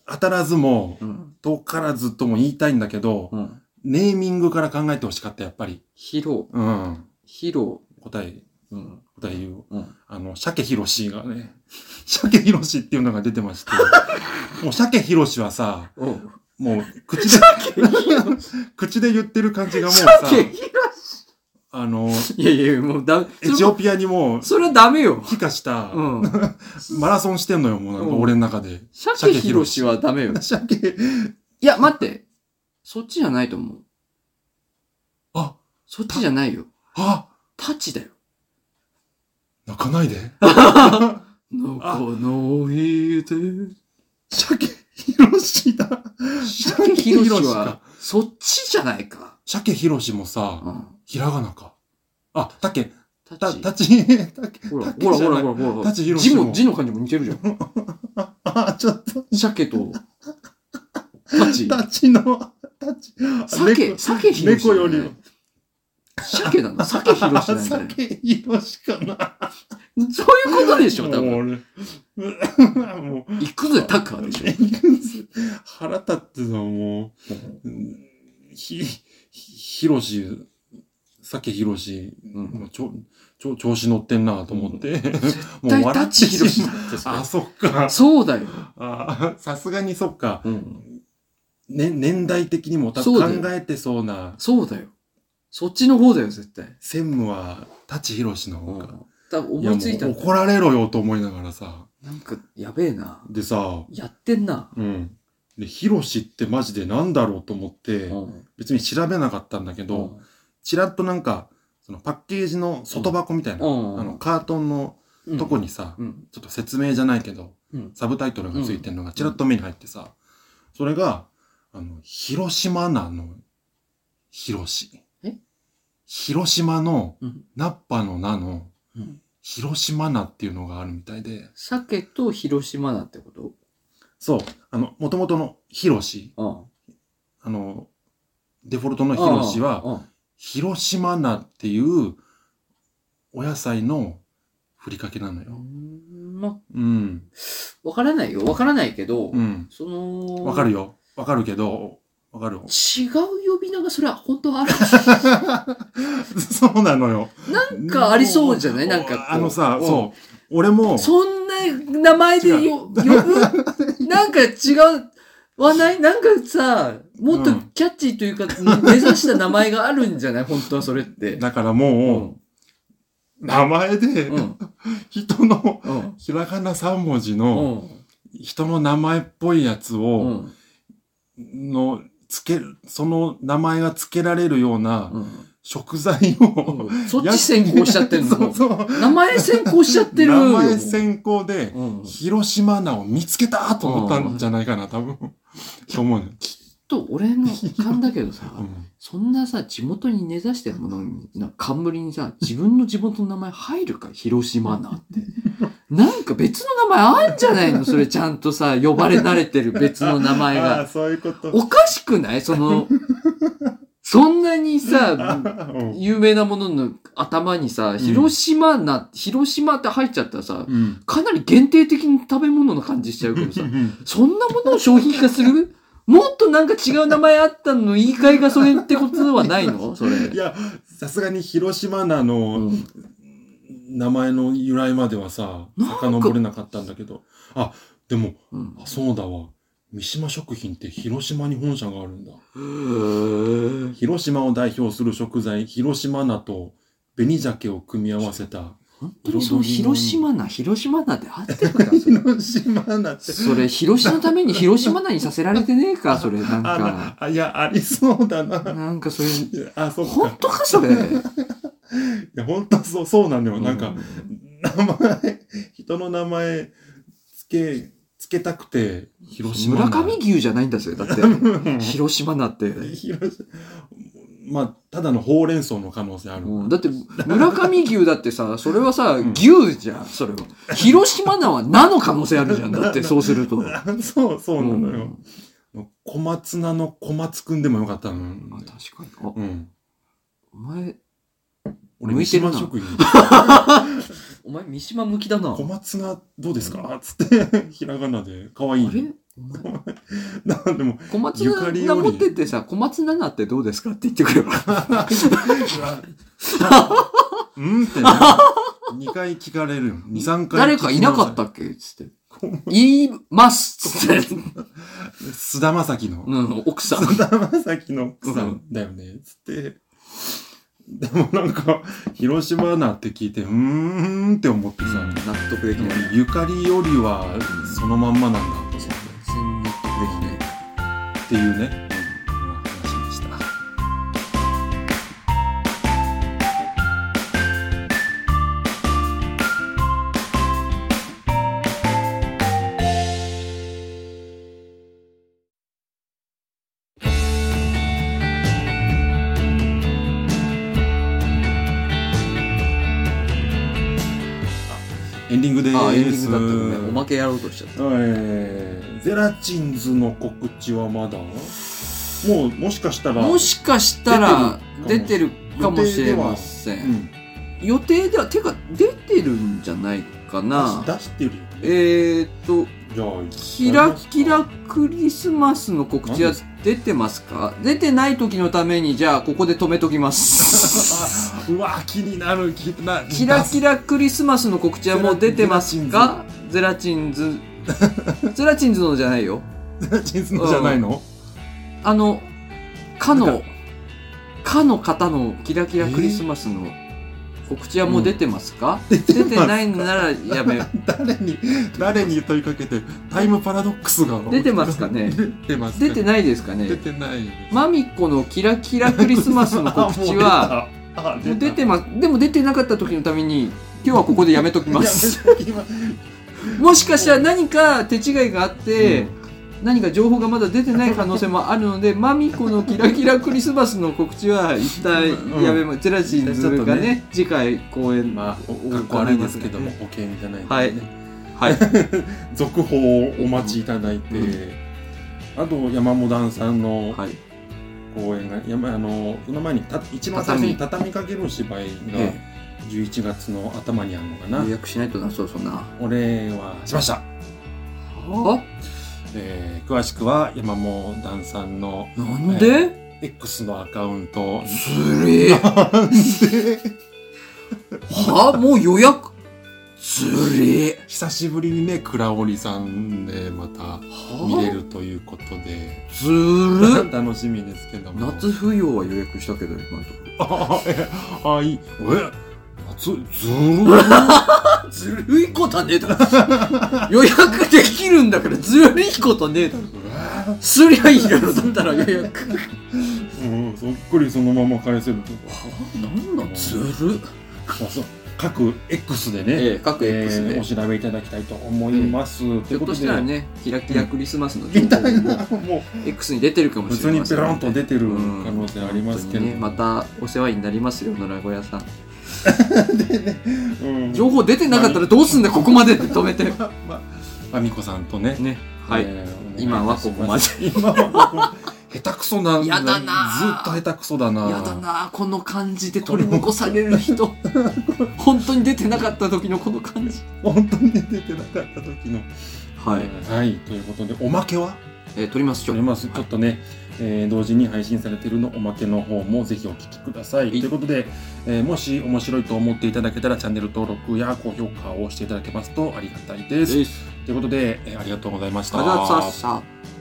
Speaker 1: 当たらずも、
Speaker 2: うん。
Speaker 1: 遠からずとも言いたいんだけど、
Speaker 2: うん。
Speaker 1: ネーミングから考えてほしかった、やっぱり。
Speaker 2: ひろ、
Speaker 1: うん。
Speaker 2: ひろ、
Speaker 1: 答え、
Speaker 2: うん。
Speaker 1: 答え言う。
Speaker 2: うん。
Speaker 1: あの、鮭ひろしがね、 鮭ひろしっていうのが出てま して、もう鮭ひろしはさ、
Speaker 2: おう。
Speaker 1: もう口で、 口で言ってる感じがもうさ、あの、
Speaker 2: いやいや、もうだ、
Speaker 1: エチオピアにもう、
Speaker 2: それはダメよ。
Speaker 1: 帰化した、
Speaker 2: うん。
Speaker 1: マラソンしてんのよ、もうなんか俺の中で。
Speaker 2: 鮭ひろしはダメよ。
Speaker 1: 鮭、
Speaker 2: いや、待って。そっちじゃないと思う。
Speaker 1: あ、
Speaker 2: そっちじゃないよ。
Speaker 1: あ、
Speaker 2: タチだよ。
Speaker 1: 泣かないで。
Speaker 2: のこのいで。
Speaker 1: 鮭ひろしだ。
Speaker 2: 鮭ひろし
Speaker 1: 鮭
Speaker 2: は
Speaker 1: か。、
Speaker 2: そっちじゃないか。
Speaker 1: 鮭ひろしも
Speaker 2: う
Speaker 1: さ、
Speaker 2: ん。
Speaker 1: ひらがなか。あ、たけ、
Speaker 2: タ
Speaker 1: た、
Speaker 2: チ。
Speaker 1: たち、たけ、
Speaker 2: ほら、
Speaker 1: た
Speaker 2: ほら、ほら、ほら、ほらほら。
Speaker 1: 舘ひろし
Speaker 2: 字
Speaker 1: も
Speaker 2: も、字の感じも似てるじゃん。
Speaker 1: あ、ちょっと。
Speaker 2: 鮭と、タチ。
Speaker 1: タチの、タチ。
Speaker 2: 鮭、鮭ひろし。
Speaker 1: 猫よりも。
Speaker 2: 鮭なの鮭ひろしなんじゃない
Speaker 1: 鮭ひろしかな。
Speaker 2: そういうことでしょ、多分。
Speaker 1: もう俺。もう。
Speaker 2: 行くぜ、タカーでしょ。
Speaker 1: 腹立ってのはもう、ひ、ひひろし、鮭ひろし、
Speaker 2: うん
Speaker 1: もうちょ、ちょ、調子乗ってんなと思って。も
Speaker 2: 絶
Speaker 1: う
Speaker 2: 対タ
Speaker 1: 笑
Speaker 2: ッ
Speaker 1: って
Speaker 2: チ
Speaker 1: し
Speaker 2: ひろし
Speaker 1: まう。
Speaker 2: だってそれ
Speaker 1: あ、そっか。
Speaker 2: そうだよ。
Speaker 1: あさすがにそっか。
Speaker 2: うん。
Speaker 1: ね、年代的にも多
Speaker 2: そうだよ
Speaker 1: 分考えてそうな、
Speaker 2: そうだよ。そっちの方だよ、絶対。
Speaker 1: 専務は、舘ひろしの方が。
Speaker 2: 多分思いついた
Speaker 1: や
Speaker 2: ん
Speaker 1: もう
Speaker 2: だ
Speaker 1: 怒られろよと思いながらさ。
Speaker 2: なんか、やべえな。
Speaker 1: でさ、
Speaker 2: やってんな。
Speaker 1: うん。で、ヒロシってマジでなんだろうと思って、
Speaker 2: うん
Speaker 1: 別に調べなかったんだけど、ちらっとなんか、そのパッケージの外箱みたいな、
Speaker 2: うん
Speaker 1: あの、カートンの
Speaker 2: うん
Speaker 1: とこにさ、
Speaker 2: うん。
Speaker 1: ちょっと説明じゃないけど、
Speaker 2: うん
Speaker 1: サブタイトルがついてるのがちらっと目に入ってさ、それが、あの、広島なの、ヒロシ。
Speaker 2: え
Speaker 1: 広島の
Speaker 2: うん、
Speaker 1: ナッパの名の、
Speaker 2: うん
Speaker 1: 広島なっていうのがあるみたいで、
Speaker 2: 鮭と広島だってこと
Speaker 1: そう。あの、もともとのヒロシ、
Speaker 2: うん。
Speaker 1: あの、デフォルトのヒロシは、
Speaker 2: うん、
Speaker 1: 広島菜っていうお野菜のふりかけなの
Speaker 2: う
Speaker 1: よ。
Speaker 2: んま
Speaker 1: うん。
Speaker 2: わからないよ。わからないけど、
Speaker 1: うん。
Speaker 2: その、
Speaker 1: わかるよ。わかるけど、わかるよ。
Speaker 2: 違う呼び名がそれは本当はある。
Speaker 1: そうなのよ。
Speaker 2: なんかありそうじゃない
Speaker 1: もう
Speaker 2: なんかこう
Speaker 1: あのさ、
Speaker 2: うん
Speaker 1: そう。俺も、
Speaker 2: そんな名前でよ呼ぶなんか違うはないなんかさ、もっと
Speaker 1: うん
Speaker 2: キャッチーというか、目指した名前がある んじゃない本当はそれって。
Speaker 1: だから
Speaker 2: う
Speaker 1: も
Speaker 2: ん。
Speaker 1: う、名前で
Speaker 2: う、ん。
Speaker 1: 人の、
Speaker 2: うん。
Speaker 1: ひらがな3文字
Speaker 2: う
Speaker 1: の、
Speaker 2: ん。
Speaker 1: 人の名前っぽいやつ
Speaker 2: う
Speaker 1: を、
Speaker 2: ん。
Speaker 1: の、つける、その名前がつけられるような
Speaker 2: うん
Speaker 1: 食材を、
Speaker 2: そっち先行しちゃってん
Speaker 1: そ
Speaker 2: の
Speaker 1: う。そう。
Speaker 2: 名前先行しちゃってる
Speaker 1: 名
Speaker 2: よ。
Speaker 1: 前先行で、
Speaker 2: うん。きっ
Speaker 1: 広島菜を見つけたと思ったんじゃないかな、多分。そう 思うね。
Speaker 2: と俺の勘だけどさ
Speaker 1: う、ん
Speaker 2: そんなさ、地元に根ざしてるものに、な冠 にさ、自分の地元の名前入るか、広島なって。なんか別の名前あんじゃないのそれちゃんとさ、呼ばれ慣れてる別の名前
Speaker 1: ああ、
Speaker 2: が。
Speaker 1: そういうこと。
Speaker 2: おかしくないそ の、そんなにさ、
Speaker 1: うん
Speaker 2: 有名なものの頭にさ、広島な、広島って入っちゃったらさ、
Speaker 1: うん。
Speaker 2: かなり限定的に食べ物の感じしちゃうけどさ
Speaker 1: う、ん
Speaker 2: そんなものを商品化する もっとなんか違う名前あったの言い換えがそれってことは ないのそれ。
Speaker 1: いや、さすがに広島菜
Speaker 2: う
Speaker 1: の
Speaker 2: ん
Speaker 1: 名前の由来まではさ、
Speaker 2: なんか
Speaker 1: 遡れなかったんだけど。あ、でも、
Speaker 2: うん
Speaker 1: あそうだわ。三島食品って広島に本社があるんだ。
Speaker 2: へー
Speaker 1: 広島を代表する食材、広島菜と紅鮭を組み合わせた。
Speaker 2: 本当にその広島な、広島なって合ってるかそ れ。
Speaker 1: 島菜って
Speaker 2: それ、広島のために広島なにさせられてねえか、それ、なん
Speaker 1: あ
Speaker 2: か。
Speaker 1: なあ、いや、ありそうだな。
Speaker 2: なんかそれ、
Speaker 1: あ、そっか。
Speaker 2: 本当か、それ。
Speaker 1: いや、本当そう、そうなんだよ。なんか、名前、人の名前、つけ、つけたくて、広島
Speaker 2: 村
Speaker 1: 菜
Speaker 2: 上牛じゃないんだぜ、だ って。広島なって。
Speaker 1: 広島 まあ、ただのほうれん草の可能性ある。
Speaker 2: うんだって、村上牛だってさ、それはさ、
Speaker 1: ん
Speaker 2: 牛じゃん、それは。広島菜はなの可能性 あるじゃん、だって、そうすると。
Speaker 1: そう、そうなの
Speaker 2: う
Speaker 1: よ。小松菜の小松くんでもよかったのよ。
Speaker 2: あ確かに。あ、
Speaker 1: うん。
Speaker 2: お前、
Speaker 1: 俺、
Speaker 2: 向
Speaker 1: 三
Speaker 2: いてるな
Speaker 1: 島食品。
Speaker 2: お前三島向きだな。
Speaker 1: 小
Speaker 2: あ
Speaker 1: 松菜どうですかつって、 ひらがなで、かわい
Speaker 2: れ
Speaker 1: い。
Speaker 2: お前
Speaker 1: なで も、
Speaker 2: 小松
Speaker 1: ゆかり
Speaker 2: 菜
Speaker 1: よ
Speaker 2: が
Speaker 1: り
Speaker 2: 持ってってさ、小松菜奈ってどうですかって言ってくれば。
Speaker 1: うんって、 二回聞かれるよ。 二、三回。
Speaker 2: 誰かいなかったっけつって。言いますっ つって。
Speaker 1: 菅田将暉の。
Speaker 2: うん、奥さん。
Speaker 1: 菅田将暉の奥さ
Speaker 2: うん
Speaker 1: だよね、つって。でもなんか、広島なって聞いて、うーんって思ってさ、
Speaker 2: 納得でき
Speaker 1: でも
Speaker 2: ない。
Speaker 1: ゆかりよりはそのまんまなんだと思って
Speaker 2: 全然納得できない。
Speaker 1: っていうね、話でした。エンディングでーす。
Speaker 2: あ、エンディングだったごめん。おまけやろうとしちゃった。
Speaker 1: えー、ゼラチンズの告知はまだもうもしかしたら
Speaker 2: もしかしたら出
Speaker 1: 出
Speaker 2: て
Speaker 1: て
Speaker 2: るか
Speaker 1: か
Speaker 2: も
Speaker 1: も
Speaker 2: しれませ。
Speaker 1: うんん、
Speaker 2: 予定では、てか出てるんじゃないかな。
Speaker 1: 出してるよね
Speaker 2: えーっと、
Speaker 1: じゃあ
Speaker 2: キラキラクリスマスの告知は出てますか出てない時のために、じゃあここで止めとき ます。
Speaker 1: あうわ気になる気になる
Speaker 2: キラキラクリスマスの告知はもう出てますかゼラチンズ。ゼラチンズのじゃないよ。
Speaker 1: ゼラチンズのじゃないの
Speaker 2: あの、か
Speaker 1: なん
Speaker 2: の、かの方のキラキラクリスマスの告知はもう出てますか、出てないならやめ、
Speaker 1: 誰に誰に問いかけてタイムパラドックスが
Speaker 2: 出てますかね
Speaker 1: 出てますか
Speaker 2: 出てないですか
Speaker 1: 出
Speaker 2: ね
Speaker 1: てない
Speaker 2: マミコのキラキラクリスマスの告知は、
Speaker 1: あ
Speaker 2: もう出て
Speaker 1: ま
Speaker 2: ます。でも出てなかった時のために、今日はここでやめとき ます。
Speaker 1: やめときます
Speaker 2: もしかしたら何か手違いがあって、何か情報がまだ出てない可能性もあるので、マミコのキラキラクリスマスの告知は一体やめま、ゼラチンズ
Speaker 1: ちょっ
Speaker 2: が
Speaker 1: と
Speaker 2: ね、
Speaker 1: ね
Speaker 2: 次回公演、
Speaker 1: まあ、
Speaker 2: お
Speaker 1: かっこ悪いですけども、保険じゃないんで、ね。
Speaker 2: はいはい。
Speaker 1: 続報をお待ちいただいて、
Speaker 2: う
Speaker 1: あと、山モダンさんの
Speaker 2: はい。
Speaker 1: 公演が、山あの、その前にた、一番最初に畳みかける芝居が
Speaker 2: え、
Speaker 1: 11月の頭にあるのかな
Speaker 2: 予。約しないとな、そう、そんな。は
Speaker 1: 俺は、しました。えー詳しくは、山モダンさんの
Speaker 2: なんで
Speaker 1: X のアカウント。
Speaker 2: ず りーはもう予約ずりー
Speaker 1: 久しぶりにね、倉織さんでまた
Speaker 2: は
Speaker 1: 見れるということで、
Speaker 2: ず る
Speaker 1: 楽しみですけども。
Speaker 2: 夏不要は予約したけど、今のと こ
Speaker 1: あえあいいえ夏ずー
Speaker 2: ろ。ずるいことはねえだろ。 予約できるんだからずるいことねえだろ。すりゃいいだろ、だったら予約。 は
Speaker 1: うん そっくりそのまま返せるとか
Speaker 2: なんだ、ずる。
Speaker 1: あそう各 X でね、
Speaker 2: ええ、各
Speaker 1: え
Speaker 2: X
Speaker 1: ー
Speaker 2: で
Speaker 1: お。調べいただきたいと思います、と
Speaker 2: ひ
Speaker 1: い
Speaker 2: ょ
Speaker 1: う
Speaker 2: っ
Speaker 1: ことと
Speaker 2: し
Speaker 1: で
Speaker 2: たらね、キラキラクリスマスの情
Speaker 1: みたい
Speaker 2: 報
Speaker 1: な
Speaker 2: も
Speaker 1: も
Speaker 2: X に出てるか
Speaker 1: う
Speaker 2: も
Speaker 1: 普
Speaker 2: しれ
Speaker 1: 通
Speaker 2: ま
Speaker 1: に
Speaker 2: せ
Speaker 1: ペ
Speaker 2: んね
Speaker 1: ロンと出てる
Speaker 2: うん
Speaker 1: 可能性ありますけど、
Speaker 2: 本当にね、またお世話になりますよ野良小屋さん
Speaker 1: うん
Speaker 2: 情報出てなかったらどうすんだよここまでって止めて
Speaker 1: まままみこさんとね
Speaker 2: ねはい、
Speaker 1: えーお願い
Speaker 2: 今はここまで
Speaker 1: いたし ます今はここ下手くそなん
Speaker 2: や
Speaker 1: ず
Speaker 2: だな
Speaker 1: っと下手くそだな
Speaker 2: やだなあこの感じで取り残される 人本当に出てなかった時のこの感じ
Speaker 1: 本当に出てなかった時の
Speaker 2: はい、
Speaker 1: はい、ということで、おまけは
Speaker 2: えー、取ります
Speaker 1: ちょ
Speaker 2: 今
Speaker 1: っ
Speaker 2: 日
Speaker 1: とますちょっとね、えー同時に配信されているのおまけの方もぜひお聞きください。ということで、えーもし面白いと思っていただけたらチャンネル登録や高評価をしていただけますとありがたいです。
Speaker 2: です
Speaker 1: ということで、えーありがとうございました。
Speaker 2: ありがとうございました